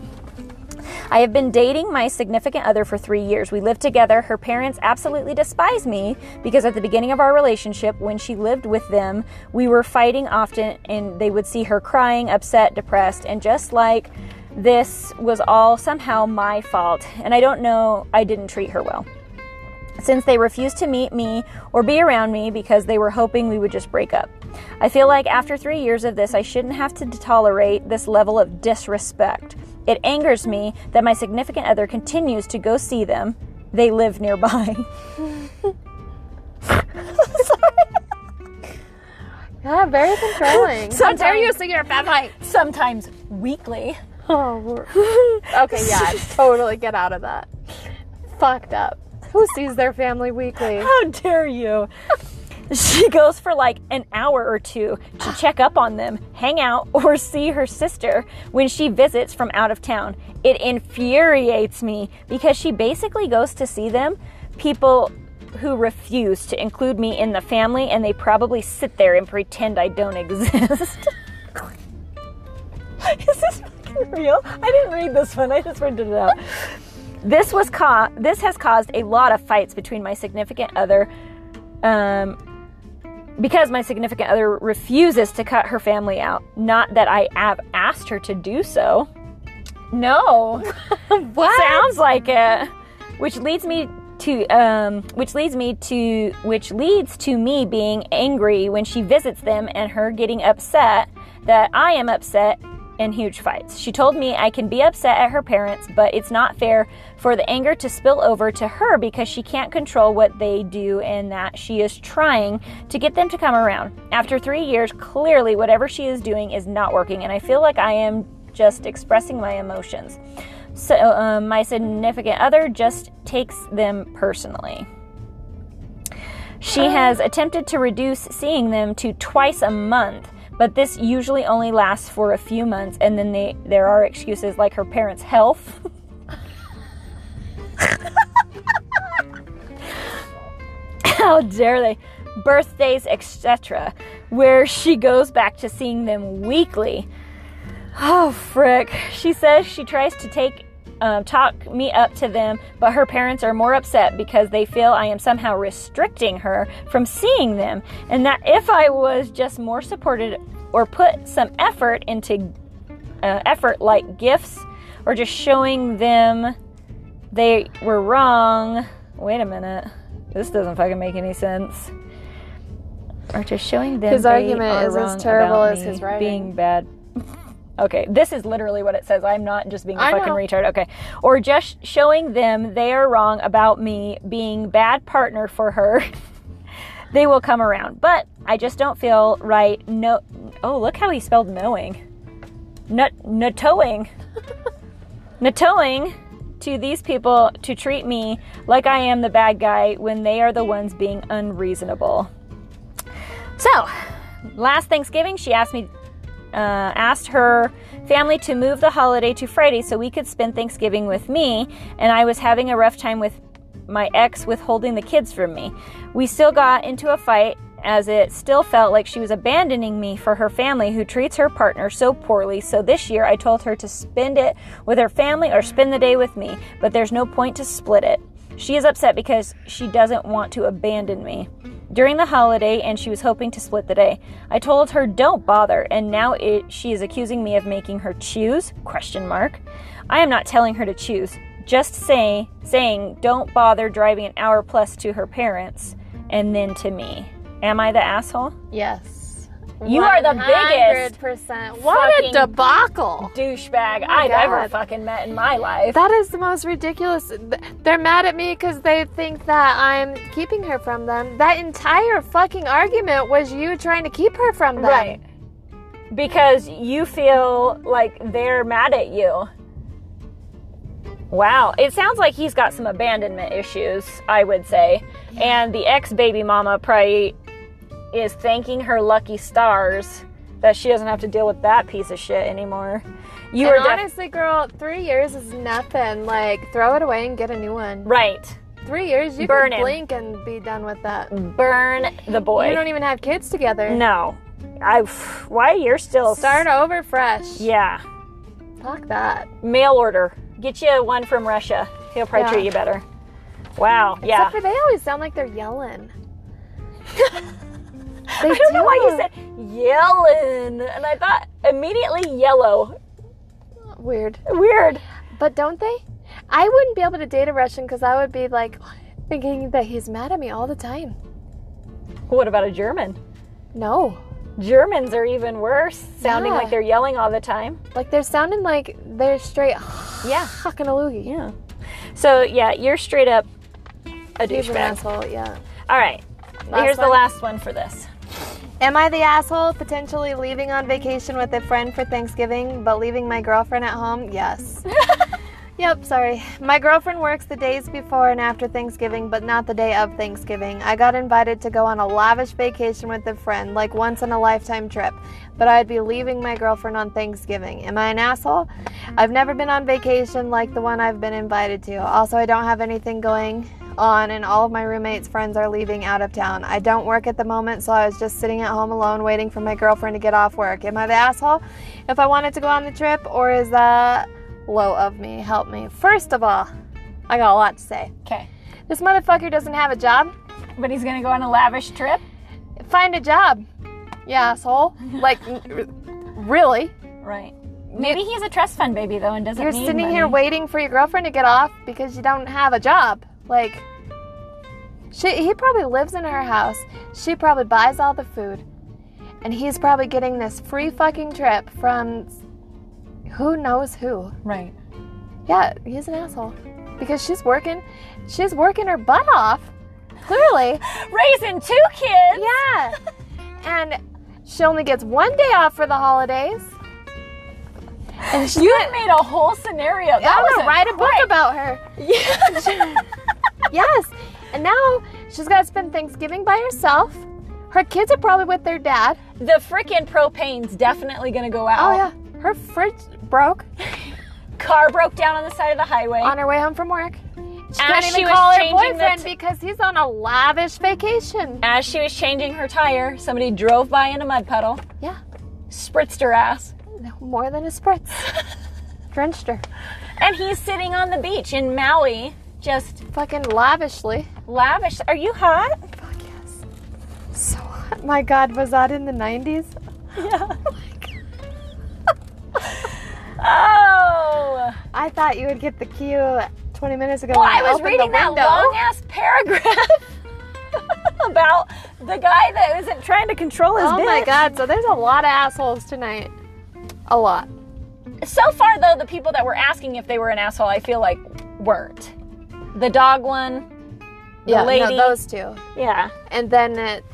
S2: I have been dating my significant other for three years. We live together. Her parents absolutely despise me because at the beginning of our relationship, when she lived with them, we were fighting often and they would see her crying, upset, depressed, and just like this was all somehow my fault. And I don't know, I didn't treat her well since they refused to meet me or be around me because they were hoping we would just break up. I feel like after three years of this, I shouldn't have to tolerate this level of disrespect. It angers me that my significant other continues to go see them. They live nearby.
S3: Yeah, very controlling.
S2: Sometimes-
S3: sing your bad light?
S2: Sometimes weekly.
S3: Oh, Lord. okay, yeah, totally get out of that. Fucked up. Who sees their family weekly?
S2: How dare you? She goes for like an hour or two to check up on them, hang out, or see her sister when she visits from out of town. It infuriates me because she basically goes to see them, people who refuse to include me in the family, and they probably sit there and pretend I don't exist. Is this fucking real? I didn't read this one, I just printed it out. This was ca- this has caused a lot of fights between my significant other um, because my significant other refuses to cut her family out. Not that I have asked her to do so. No.
S3: What?
S2: Sounds like it. Which leads me to um, which leads me to which leads to me being angry when she visits them and her getting upset that I am upset in huge fights. She told me I can be upset at her parents, but it's not fair for the anger to spill over to her because she can't control what they do and that she is trying to get them to come around. After 3 years, clearly whatever she is doing is not working and I feel like I am just expressing my emotions. So um, my significant other just takes them personally. She has attempted to reduce seeing them to twice a month, but this usually only lasts for a few months, and then they, there are excuses like her parents' health. How dare they? Birthdays, etc., where she goes back to seeing them weekly. Oh, frick. She says she tries to take, um, talk me up to them, but her parents are more upset because they feel I am somehow restricting her from seeing them, and that if I was just more supported or put some effort into uh, effort like gifts or just showing them they were wrong. Wait a minute. This doesn't fucking make any sense. Or just showing them
S3: His
S2: they
S3: argument
S2: are
S3: is as
S2: wrong
S3: terrible
S2: about
S3: as
S2: me
S3: his writing.
S2: Being bad Okay, this is literally what it says. I'm not just being a
S3: I
S2: fucking
S3: know.
S2: retard. Okay. Or just showing them they are wrong about me being bad partner for her. they will come around. But I just don't feel right. No Oh, look how he spelled knowing. Nut nutowing. nutowing to these people to treat me like I am the bad guy when they are the ones being unreasonable. So, last Thanksgiving, she asked me uh, asked her family to move the holiday to Friday so we could spend Thanksgiving with me, and I was having a rough time with my ex withholding the kids from me. We still got into a fight as it still felt like she was abandoning me for her family who treats her partner so poorly. So this year I told her to spend it with her family or spend the day with me, but there's no point to split it. She is upset because she doesn't want to abandon me during the holiday and she was hoping to split the day. I told her don't bother and now it, she is accusing me of making her choose question mark. I am not telling her to choose. Just say saying don't bother driving an hour plus to her parents and then to me. Am I the asshole?
S3: Yes.
S2: You are the biggest
S3: 100%. What a
S2: fucking-
S3: debacle.
S2: Douchebag I've ever
S3: God.
S2: fucking met in my life.
S3: That is the most ridiculous. Th- They're mad at me because they think that I'm keeping her from them. That entire fucking argument was you trying to keep her from them.
S2: Right. Because you feel like they're mad at you. Wow. It sounds like he's got some abandonment issues, I would say. And the ex baby mama probably is thanking her lucky stars that she doesn't have to deal with that piece of shit anymore. You
S3: and
S2: are def-
S3: honestly, girl, three years is nothing. Like, throw it away and get a new one.
S2: right.
S3: Three years, you
S2: Burn
S3: can
S2: him.
S3: blink and be done with that.
S2: Burn the boy.
S3: You don't even have kids together.
S2: no, I. Why you're still
S3: Start over fresh.
S2: Yeah,
S3: Fuck that.
S2: mail order. Get you one from Russia. He'll probably
S3: Yeah.
S2: treat you better. Wow. yeah.
S3: Except for they always sound like they're yelling. they
S2: I don't know why you said yelling, and I thought immediately yellow.
S3: weird.
S2: Weird.
S3: But don't they? I wouldn't be able to date a Russian because I would be like thinking that he's mad at me all the time.
S2: What about a German?
S3: No.
S2: Germans are even worse, sounding
S3: Yeah.
S2: like they're yelling all the time.
S3: Like they're sounding like they're straight
S2: Yeah.
S3: fucking a loogie.
S2: Yeah. So yeah, you're straight up a
S3: He's an
S2: douchebag.
S3: asshole, yeah.
S2: All right.
S3: Last
S2: Here's the
S3: one.
S2: last one for this.
S3: Am I the asshole potentially leaving on vacation with a friend for Thanksgiving but leaving my girlfriend at home? Yes. yep, sorry. My girlfriend works the days before and after Thanksgiving but not the day of Thanksgiving. I got invited to go on a lavish vacation with a friend, like once in a lifetime trip, but I'd be leaving my girlfriend on Thanksgiving. Am I an asshole? I've never been on vacation like the one I've been invited to. Also, I don't have anything going on and all of my roommates' friends are leaving out of town. I don't work at the moment, so I was just sitting at home alone waiting for my girlfriend to get off work. Am I the asshole if I wanted to go on the trip, or is that low of me? Help me. First of all, I got a lot to say.
S2: Okay.
S3: This motherfucker doesn't have a job.
S2: But he's gonna go on a lavish trip.
S3: Find a job, you asshole. Like, r- really?
S2: Right. Maybe he's a trust fund baby though, and doesn't.
S3: You're
S2: need
S3: sitting
S2: money.
S3: here waiting for your girlfriend to get off because you don't have a job. Like, she, he probably lives in her house. She probably buys all the food. And he's probably getting this free fucking trip from who knows who.
S2: Right.
S3: Yeah, he's an asshole. Because she's working, she's working her butt off. Clearly.
S2: Raising two kids.
S3: Yeah. And she only gets one day off for the holidays. And she,
S2: You made a whole scenario. That
S3: I
S2: was
S3: want to write a book about her. Yes. And now she's got to spend Thanksgiving by herself. Her kids are probably with their dad.
S2: the frickin' propane's definitely gonna go out.
S3: Oh, yeah. Her fridge broke
S2: Car broke down on the side of the highway.
S3: on her way home from work. She
S2: As
S3: can't even
S2: she was
S3: call her
S2: changing the
S3: boyfriend
S2: t-
S3: because he's on a lavish vacation.
S2: As she was changing her tire, somebody drove by in a mud puddle,
S3: Yeah.
S2: spritzed her ass,
S3: No more than a spritz. Drenched her.
S2: and he's sitting on the beach in Maui, just
S3: Fucking lavishly.
S2: lavish. Are you hot?
S3: Fuck yes. So hot. My God, was that in the 90s?
S2: Yeah. oh.
S3: I thought you would get the cue 20 minutes ago.
S2: Well,
S3: when
S2: I was
S3: opened the
S2: reading that
S3: window.
S2: long ass paragraph about the guy that isn't trying to control his
S3: Oh my
S2: bitch.
S3: God. So there's a lot of assholes tonight. A lot.
S2: So far, though, the people that were asking if they were an asshole, I feel like weren't. The dog one,
S3: yeah, no,
S2: lady.
S3: those two.
S2: yeah,
S3: And then it,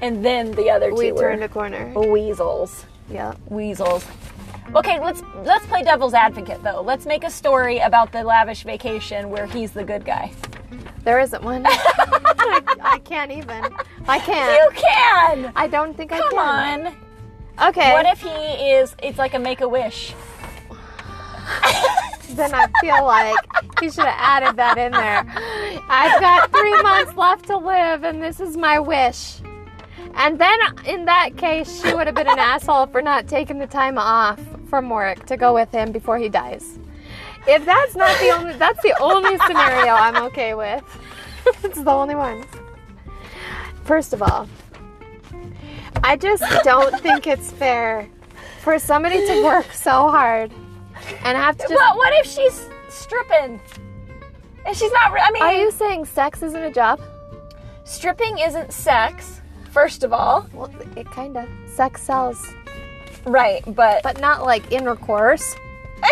S2: and then the other
S3: we
S2: two
S3: turned
S2: were Oh.
S3: a corner.
S2: weasels.
S3: Yeah.
S2: Weasels. Okay, let's let's play devil's advocate though. Let's make a story about the lavish vacation where he's the good guy.
S3: There isn't one. I, I can't even. I
S2: You
S3: can't.
S2: can.
S3: I don't think I
S2: Come
S3: can.
S2: on.
S3: On. Okay.
S2: What if he is? It's like a make a wish.
S3: then I feel like you should have added that in there. I've got three months left to live, and this is my wish. And then in that case, she would have been an asshole for not taking the time off from work to go with him before he dies. If that's not the only, that's the only scenario I'm okay with. it's the only one. First of all, I just don't think it's fair for somebody to work so hard and have to just
S2: but what if she's stripping? And she's not. re- I mean,
S3: Are you saying sex isn't a job?
S2: stripping isn't sex. First of all,
S3: Well, it kind of. Sex sells,
S2: right? But
S3: but not like intercourse.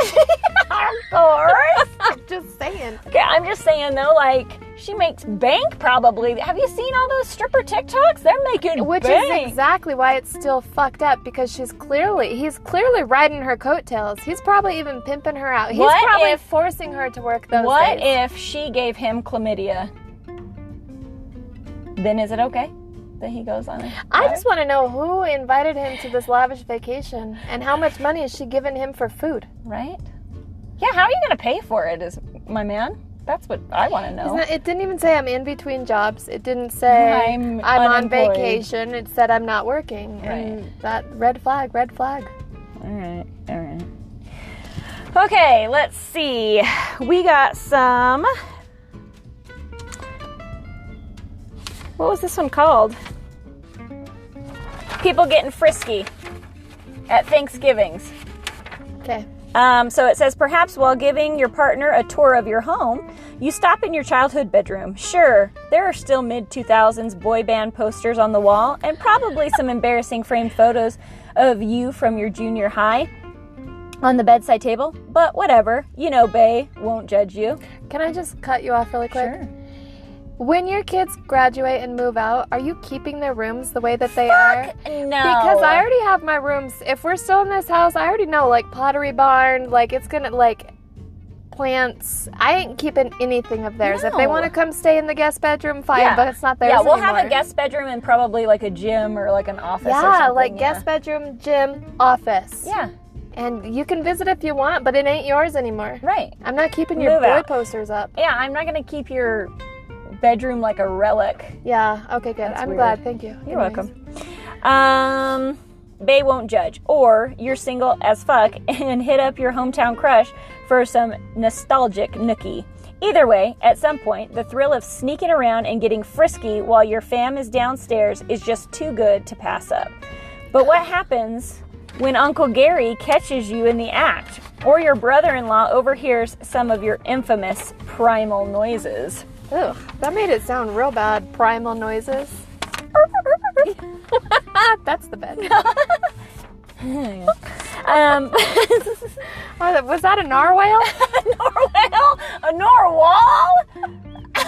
S2: of course.
S3: I'm just saying.
S2: Okay, I'm just saying though, like she makes bank probably. Have you seen all those stripper TikToks? They're making
S3: Which
S2: bank.
S3: is exactly why it's still fucked up because she's clearly, he's clearly riding her coattails. He's probably even pimping her out. He's
S2: What
S3: probably
S2: if-
S3: forcing her to work those
S2: what
S3: days.
S2: if she gave him chlamydia? Then is it okay? that he goes on.
S3: I just want to know who invited him to this lavish vacation and how much money is she giving him for food?
S2: right. Yeah, how are you gonna pay for it? Is my man? That's what I want to know.
S3: Isn't it, it didn't even say I'm in between jobs. It didn't say
S2: I'm
S3: on
S2: unemployed.
S3: vacation. It said I'm not working. And that red flag, red flag.
S2: All right, all right. Okay, let's see. We got some. What was this one called? People getting frisky at Thanksgivings.
S3: Okay.
S2: Um, so it says, perhaps while giving your partner a tour of your home, you stop in your childhood bedroom. Sure, there are still mid 2000s boy band posters on the wall and probably some embarrassing framed photos of you from your junior high on the bedside table, but whatever. You know, Bay won't judge you.
S3: Can I just cut you off really quick? When your kids graduate and move out, are you keeping their rooms the way that they are?
S2: No.
S3: Because I already have my rooms. If we're still in this house, I already know like pottery barn, like it's gonna like plants. I ain't keeping anything of theirs. If they
S2: No.
S3: want to come stay in the guest bedroom, fine,
S2: Yeah.
S3: but it's not theirs.
S2: Yeah, we'll have a
S3: anymore.
S2: guest bedroom and probably like a gym or like an office. or
S3: Yeah,
S2: something,
S3: like
S2: yeah.
S3: guest bedroom, gym, office.
S2: Yeah,
S3: And you can visit if you want, but it ain't yours anymore.
S2: right.
S3: I'm not keeping your
S2: Move
S3: boy
S2: out.
S3: posters up.
S2: Yeah, I'm not gonna keep your bedroom like a relic.
S3: Yeah, okay, good. I'm
S2: weird.
S3: glad. Thank you.
S2: You're welcome. Um, Bay won't judge, or you're single as fuck and hit up your hometown crush for some nostalgic nookie. Either way, at some point, the thrill of sneaking around and getting frisky while your fam is downstairs is just too good to pass up. But what happens when Uncle Gary catches you in the act, or your brother in law overhears some of your infamous primal noises?
S3: Ugh, that made it sound real bad. Primal noises. That's the bed.
S2: Um,
S3: Oh, was that a narwhal?
S2: Norwell? A Norwal? a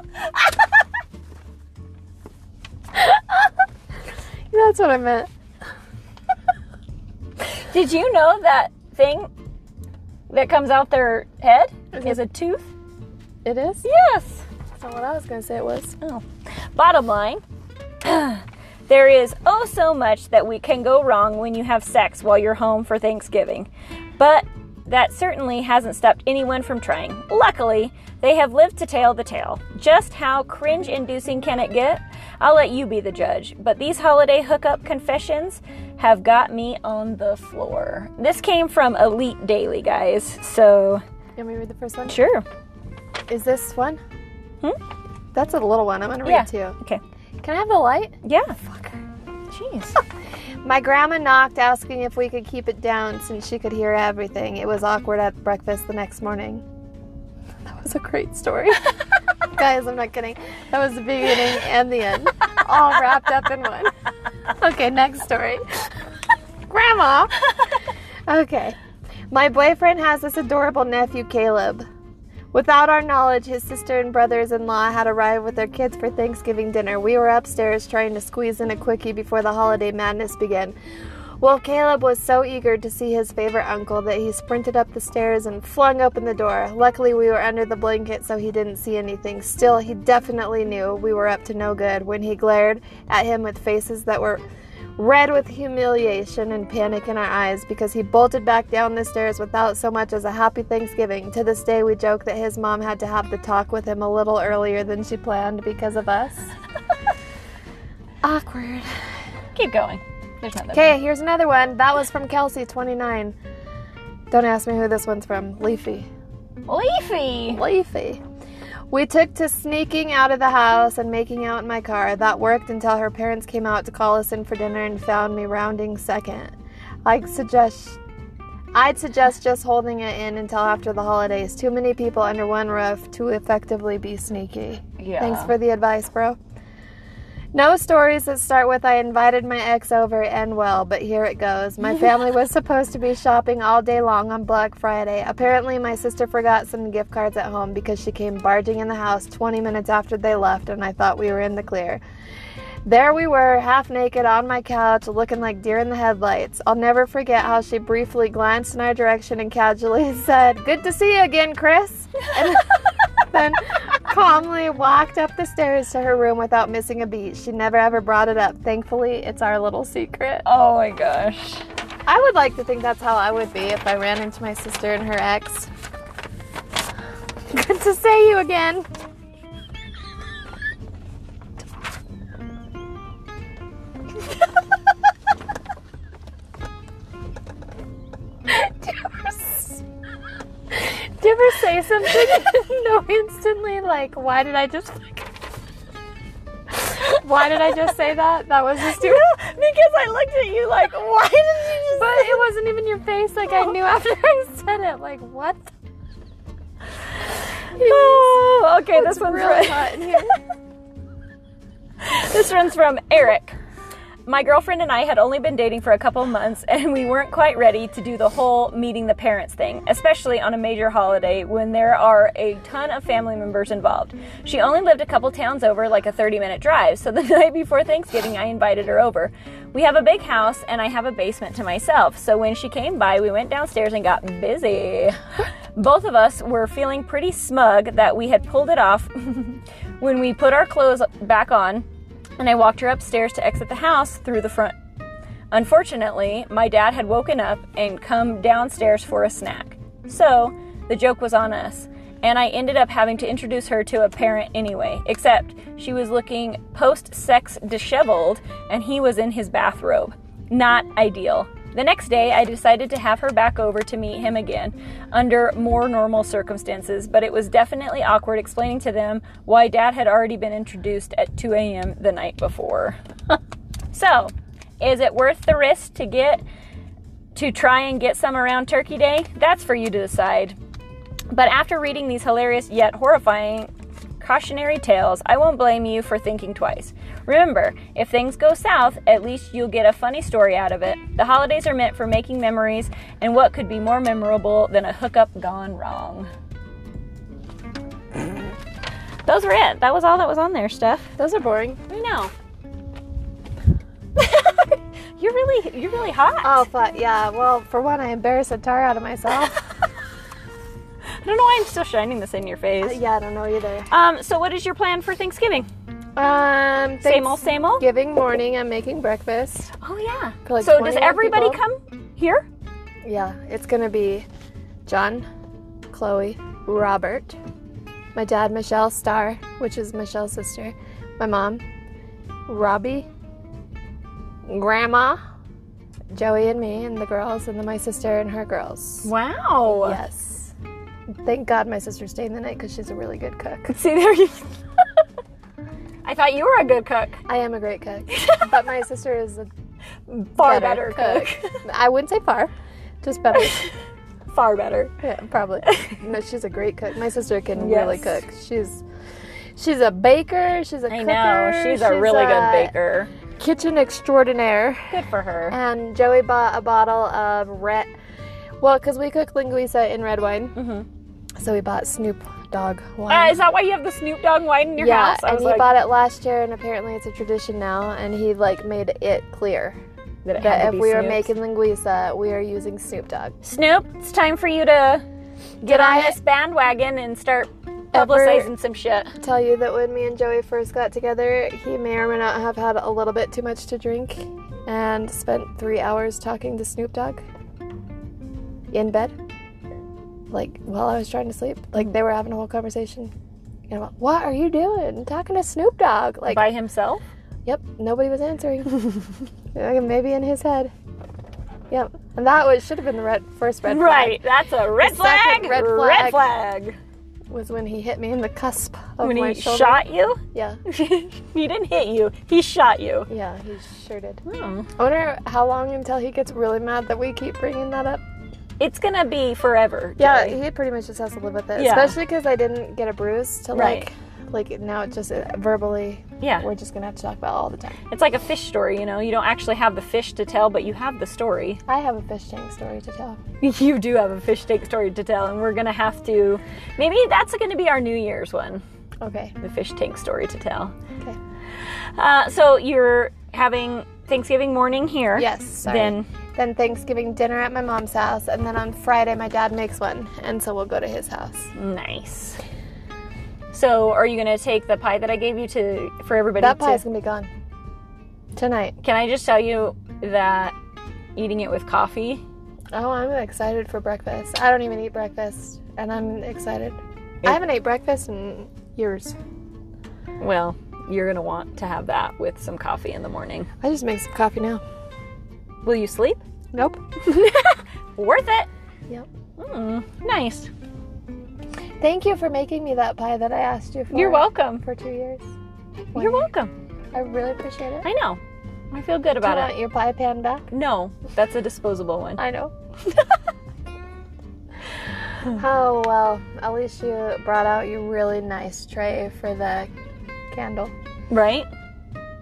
S2: Norwell?
S3: That's what I meant.
S2: Did you know that thing that comes out their head is a tooth?
S3: It is?
S2: Yes.
S3: That's not what I was going to say it was.
S2: Oh. Bottom line, there is oh so much that we can go wrong when you have sex while you're home for Thanksgiving. But that certainly hasn't stopped anyone from trying. Luckily, they have lived to tell the tale. Just how cringe inducing can it get? I'll let you be the judge, but these holiday hookup confessions have got me on the floor. This came from Elite Daily, guys, so
S3: You want me to read the first one?
S2: sure.
S3: Is this one? Hmm? That's a little one. I'm going to
S2: Yeah.
S3: read too.
S2: Okay.
S3: Can I have the light?
S2: Yeah. Jeez.
S3: My grandma knocked, asking if we could keep it down since she could hear everything. It was awkward at breakfast the next morning. That was a great story. Guys, I'm not kidding. That was the beginning and the end, all wrapped up in one. Okay, next story. grandma! Okay. My boyfriend has this adorable nephew, Caleb. Without our knowledge, his sister and brothers in law had arrived with their kids for Thanksgiving dinner. We were upstairs trying to squeeze in a quickie before the holiday madness began. Well, Caleb was so eager to see his favorite uncle that he sprinted up the stairs and flung open the door. Luckily, we were under the blanket, so he didn't see anything. Still, he definitely knew we were up to no good when he glared at him with faces that were red with humiliation and panic in our eyes because he bolted back down the stairs without so much as a happy Thanksgiving. To this day, we joke that his mom had to have the talk with him a little earlier than she planned because of us. Awkward.
S2: Keep going. There's nothing.
S3: Okay, here's another one. That was from Kelsey29. Don't ask me who this one's from. Leafy.
S2: Leafy.
S3: Leafy. We took to sneaking out of the house and making out in my car. That worked until her parents came out to call us in for dinner and found me rounding second. I'd suggest I'd suggest just holding it in until after the holidays. Too many people under one roof to effectively be sneaky.
S2: Yeah.
S3: Thanks for the advice, bro. No stories that start with I invited my ex over and well, but here it goes. My family was supposed to be shopping all day long on Black Friday. Apparently, my sister forgot some gift cards at home because she came barging in the house 20 minutes after they left, and I thought we were in the clear. There we were, half naked on my couch, looking like deer in the headlights. I'll never forget how she briefly glanced in our direction and casually said, Good to see you again, Chris. And then calmly walked up the stairs to her room without missing a beat. She never ever brought it up. Thankfully, it's our little secret.
S2: Oh my gosh.
S3: I would like to think that's how I would be if I ran into my sister and her ex. Good to see you again. Do you ever s- do you ever say something and know instantly like why did I just why did I just say that? That was just you.
S2: because I looked at you like, why did you just
S3: But it wasn't even your face. Like I knew after I said it. Like what?
S2: Oh, okay, this
S3: It's
S2: one's
S3: really
S2: from,
S3: hot in here.
S2: this one's from Eric. My girlfriend and I had only been dating for a couple months, and we weren't quite ready to do the whole meeting the parents thing, especially on a major holiday when there are a ton of family members involved. She only lived a couple towns over, like a 30 minute drive, so the night before Thanksgiving, I invited her over. We have a big house, and I have a basement to myself, so when she came by, we went downstairs and got busy. Both of us were feeling pretty smug that we had pulled it off when we put our clothes back on and I walked her upstairs to exit the house through the front. Unfortunately, my dad had woken up and come downstairs for a snack. So, the joke was on us, and I ended up having to introduce her to a parent anyway, except she was looking post sex disheveled and he was in his bathrobe. Not ideal. The next day, I decided to have her back over to meet him again under more normal circumstances, but it was definitely awkward explaining to them why dad had already been introduced at 2 a.m. the night before. so, is it worth the risk to get to try and get some around Turkey Day? That's for you to decide. But after reading these hilarious yet horrifying cautionary tales, I won't blame you for thinking twice. Remember, if things go south, at least you'll get a funny story out of it. The holidays are meant for making memories, and what could be more memorable than a hookup gone wrong? Those were it. That was all that was on there, Steph.
S3: Those are boring.
S2: I know. you're really, you're really hot.
S3: Oh, but yeah. Well, for one, I embarrassed the tar out of myself.
S2: I don't know why I'm still shining this in your face.
S3: yeah, I don't know either.
S2: Um, so what is your plan for Thanksgiving?
S3: Um,
S2: Same old, same old.
S3: Giving morning, I'm making breakfast.
S2: Oh yeah.
S3: For, like,
S2: so
S3: 20
S2: does
S3: odd
S2: everybody
S3: people.
S2: come here?
S3: Yeah, it's gonna be John, Chloe, Robert, my dad, Michelle Starr, which is Michelle's sister, my mom, Robbie, Grandma, Joey, and me, and the girls, and then my sister and her girls.
S2: Wow.
S3: Yes. Thank God my sister stayed the night because she's a really good cook.
S2: See there you. I thought you were a good cook.
S3: I am a great cook, but my sister is a
S2: Far
S3: Better
S2: better, cook.
S3: I wouldn't say par, just better.
S2: Far better.
S3: Yeah, probably. No, she's a great cook. My sister can
S2: Yes.
S3: really cook. She's she's a baker. She's a
S2: I
S3: cooker.
S2: know. She's a really good baker.
S3: Kitchen extraordinaire.
S2: Good for her.
S3: And Joey bought a bottle of red. Well, because we cook linguiça in red wine,
S2: Mhm.
S3: so we bought Snoop Dogg
S2: Uh,
S3: wine.
S2: is that why you have the Snoop Dogg wine in your
S3: yeah,
S2: house? I
S3: and
S2: was
S3: he
S2: like,
S3: bought it last year, and apparently it's a tradition now. And he like made it clear
S2: that, it had to
S3: that if
S2: be
S3: we were
S2: Snoop's.
S3: making linguiça, we are using Snoop Dogg.
S2: Snoop, it's time for you to get on
S3: I-
S2: this bandwagon and start
S3: Ever-
S2: publicizing some shit.
S3: tell you that when me and Joey first got together, he may or may not have had a little bit too much to drink and spent three hours talking to Snoop Dogg in bed. Like, while I was trying to sleep. Like, they were having a whole conversation. And I'm like, what are you doing? Talking to Snoop Dogg. Like,
S2: By himself?
S3: yep, nobody was answering. Like, Maybe in his head. Yep. And that was, should have been the red, first red flag.
S2: Right. That's a red flag.
S3: second red flag.
S2: Red flag.
S3: Was when he hit me in the cusp of
S2: When
S3: my
S2: he
S3: shoulder.
S2: shot you?
S3: Yeah.
S2: he didn't hit you. He shot you.
S3: Yeah, he sure did.
S2: Hmm.
S3: I wonder how long until he gets really mad that we keep bringing that up.
S2: It's gonna be forever.
S3: Yeah,
S2: Joey.
S3: he pretty much just has to live with it.
S2: Yeah.
S3: Especially because I didn't get a bruise to
S2: Right.
S3: like, like now it's just uh, verbally.
S2: Yeah.
S3: We're just gonna have to talk about it all the time.
S2: It's like a fish story, you know. You don't actually have the fish to tell, but you have the story.
S3: I have a fish tank story to tell.
S2: You do have a fish steak story to tell, and we're gonna have to. Maybe that's gonna be our New Year's one.
S3: Okay.
S2: the fish tank story to tell.
S3: Okay.
S2: Uh, so you're having Thanksgiving morning here.
S3: Yes. Sorry.
S2: Then
S3: Then Thanksgiving dinner at my mom's house, and then on Friday my dad makes one, and so we'll go to his house.
S2: nice. So, are you gonna take the pie that I gave you to for everybody?
S3: That
S2: to-
S3: pie's gonna be gone tonight.
S2: Can I just tell you that eating it with coffee
S3: Oh, I'm excited for breakfast. I don't even eat breakfast, and I'm excited. I
S2: It-
S3: haven't ate breakfast in years.
S2: Well, you're going to want to have that with some coffee in the morning.
S3: I just make some coffee now.
S2: Will you sleep?
S3: Nope.
S2: Worth it.
S3: Yep.
S2: Mm, nice.
S3: Thank you for making me that pie that I asked you for.
S2: You're welcome.
S3: For two years. One
S2: You're
S3: year.
S2: welcome.
S3: I really appreciate it.
S2: I know. I feel good
S3: Do you
S2: about
S3: want
S2: it.
S3: your pie pan back?
S2: No, that's a disposable one.
S3: I know. oh well, at least you brought out your really nice tray for the candle.
S2: Right?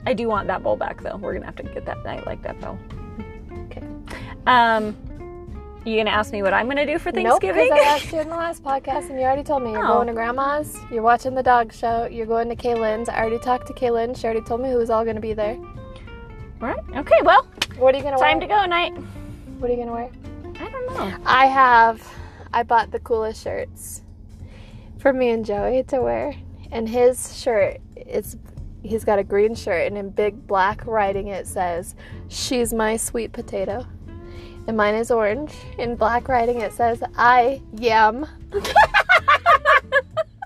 S2: I do want that bowl back though. We're going to have to get that night like that bowl.
S3: Okay.
S2: Um you going to ask me what I'm going to do for
S3: Nope, 'cause
S2: Thanksgiving?
S3: I asked you in the last podcast, and you already told me you're
S2: Oh.
S3: going to Grandma's, you're watching the dog show, you're going to Kaylin's. I already talked to Kaylin. She already told me who's all going to be there.
S2: All right. Okay, well,
S3: What are you going to wear?
S2: time to go night.
S3: What are you going to wear?
S2: I don't know.
S3: I have. I bought the coolest shirts for me and Joey to wear, and his shirt is. He's got a green shirt, and in big black writing it says, "She's my sweet potato," and mine is orange. In black writing it says, "I yam."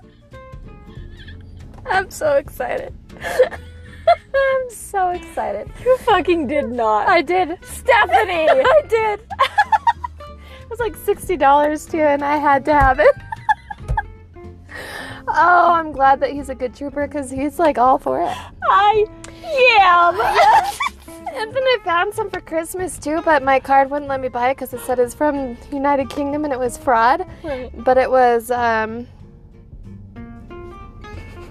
S3: I'm so excited. I'm so excited.
S2: You fucking did not.
S3: I did.
S2: Stephanie.
S3: I did. it was like sixty dollars too, and I had to have it. oh, I'm glad that he's a good trooper because he's like all for it.
S2: I am.
S3: And then I found some for Christmas too, but my card wouldn't let me buy it because it said it's from United Kingdom and it was fraud. But it was um,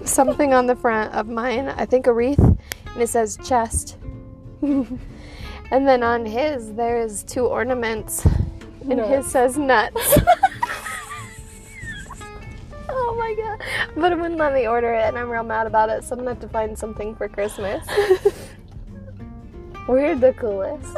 S3: something on the front of mine. I think a wreath, and it says chest. and then on his, there is two ornaments, and his says nuts. oh my god! But it wouldn't let me order it, and I'm real mad about it. So I'm gonna have to find something for Christmas. We're the coolest.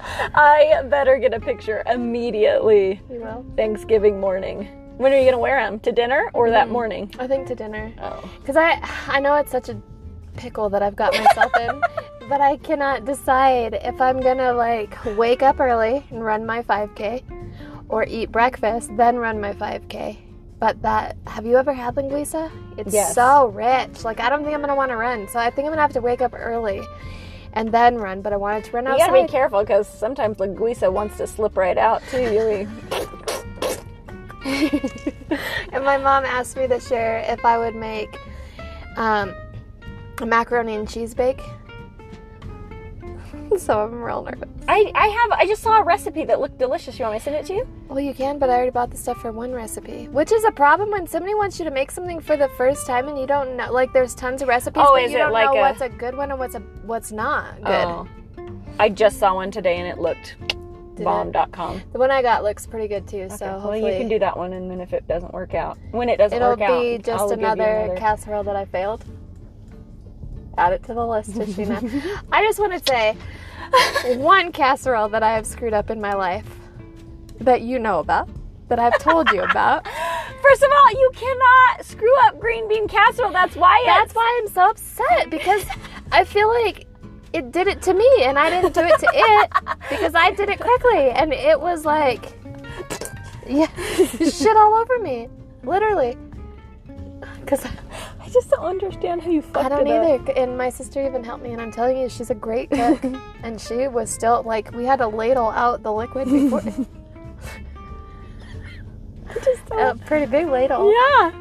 S2: I better get a picture immediately
S3: We will.
S2: Thanksgiving morning. When are you gonna wear them? To dinner or that morning?
S3: I think to dinner.
S2: Mm-hmm. Oh.
S3: Because I, I know it's such a pickle that I've got myself in, but I cannot decide if I'm gonna like wake up early and run my 5K, or eat breakfast then run my 5K. But that, have you ever had linguiça? It's
S2: Yes.
S3: so rich. Like I don't think I'm gonna want to run, so I think I'm gonna have to wake up early, and then run. But I wanted to run
S2: You
S3: outside.
S2: gotta be careful because sometimes linguiça wants to slip right out too. You
S3: and my mom asked me this year if I would make um, a macaroni and cheese bake. so I'm real nervous.
S2: I, I have I just saw a recipe that looked delicious. You want me to send it to you?
S3: Well, you can, but I already bought the stuff for one recipe, which is a problem when somebody wants you to make something for the first time and you don't know. Like, there's tons of recipes,
S2: Oh,
S3: but
S2: is
S3: you
S2: it
S3: don't
S2: like
S3: know
S2: a- Oh.
S3: what's a good one and what's a what's not good.
S2: I just saw one today and it looked
S3: Did it?
S2: bomb.com.
S3: The one I got looks pretty good too, so
S2: well,
S3: hopefully
S2: you can do that one, and then if it doesn't work out, when it doesn't
S3: it'll
S2: work out,
S3: be just
S2: I'll give you
S3: another, casserole that I failed. Add it to the list, Tashina. I just want to say one casserole that I have screwed up in my life that you know about, that I've told you about.
S2: First of all, you cannot screw up green bean casserole. That's why.
S3: That's
S2: it's-
S3: why I'm so upset because I feel like it did it to me and I didn't do it to it because I did it quickly and it was like yeah, shit all over me, literally. Because
S2: I just don't understand how you fucked
S3: I don't
S2: it up.
S3: either. And my sister even helped me, and I'm telling you, she's a great cook. and she was still like, we had to ladle out the liquid before. a pretty big ladle.
S2: Yeah.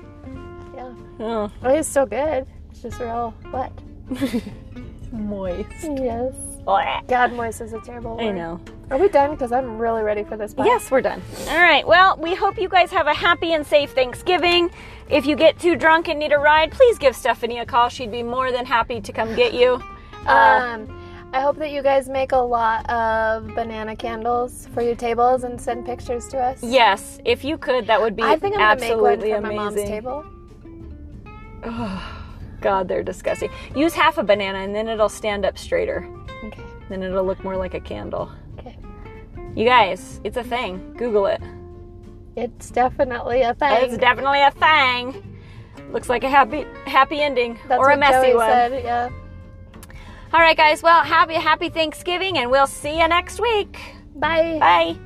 S3: Yeah.
S2: Oh,
S3: But it's still good. It's just real wet.
S2: moist.
S3: Yes. God, moist is a terrible word.
S2: I know.
S3: Are we done? Because I'm really ready for this. Podcast.
S2: Yes, we're done. All right. Well, we hope you guys have a happy and safe Thanksgiving. If you get too drunk and need a ride, please give Stephanie a call. She'd be more than happy to come get you.
S3: Um, I hope that you guys make a lot of banana candles for your tables and send pictures to us.
S2: Yes, if you could, that would be
S3: I think I'm gonna make one for
S2: absolutely
S3: my mom's
S2: amazing.
S3: table.
S2: God, they're disgusting. Use half a banana and then it'll stand up straighter.
S3: Okay.
S2: Then it'll look more like a candle.
S3: Okay.
S2: You guys, it's a thing. Google it.
S3: It's definitely a thing.
S2: It's definitely a thing. Looks like a happy happy ending
S3: That's
S2: or a
S3: what
S2: messy
S3: Joey
S2: one.
S3: said. Yeah.
S2: All right, guys. Well, happy happy Thanksgiving, and we'll see you next week. Bye.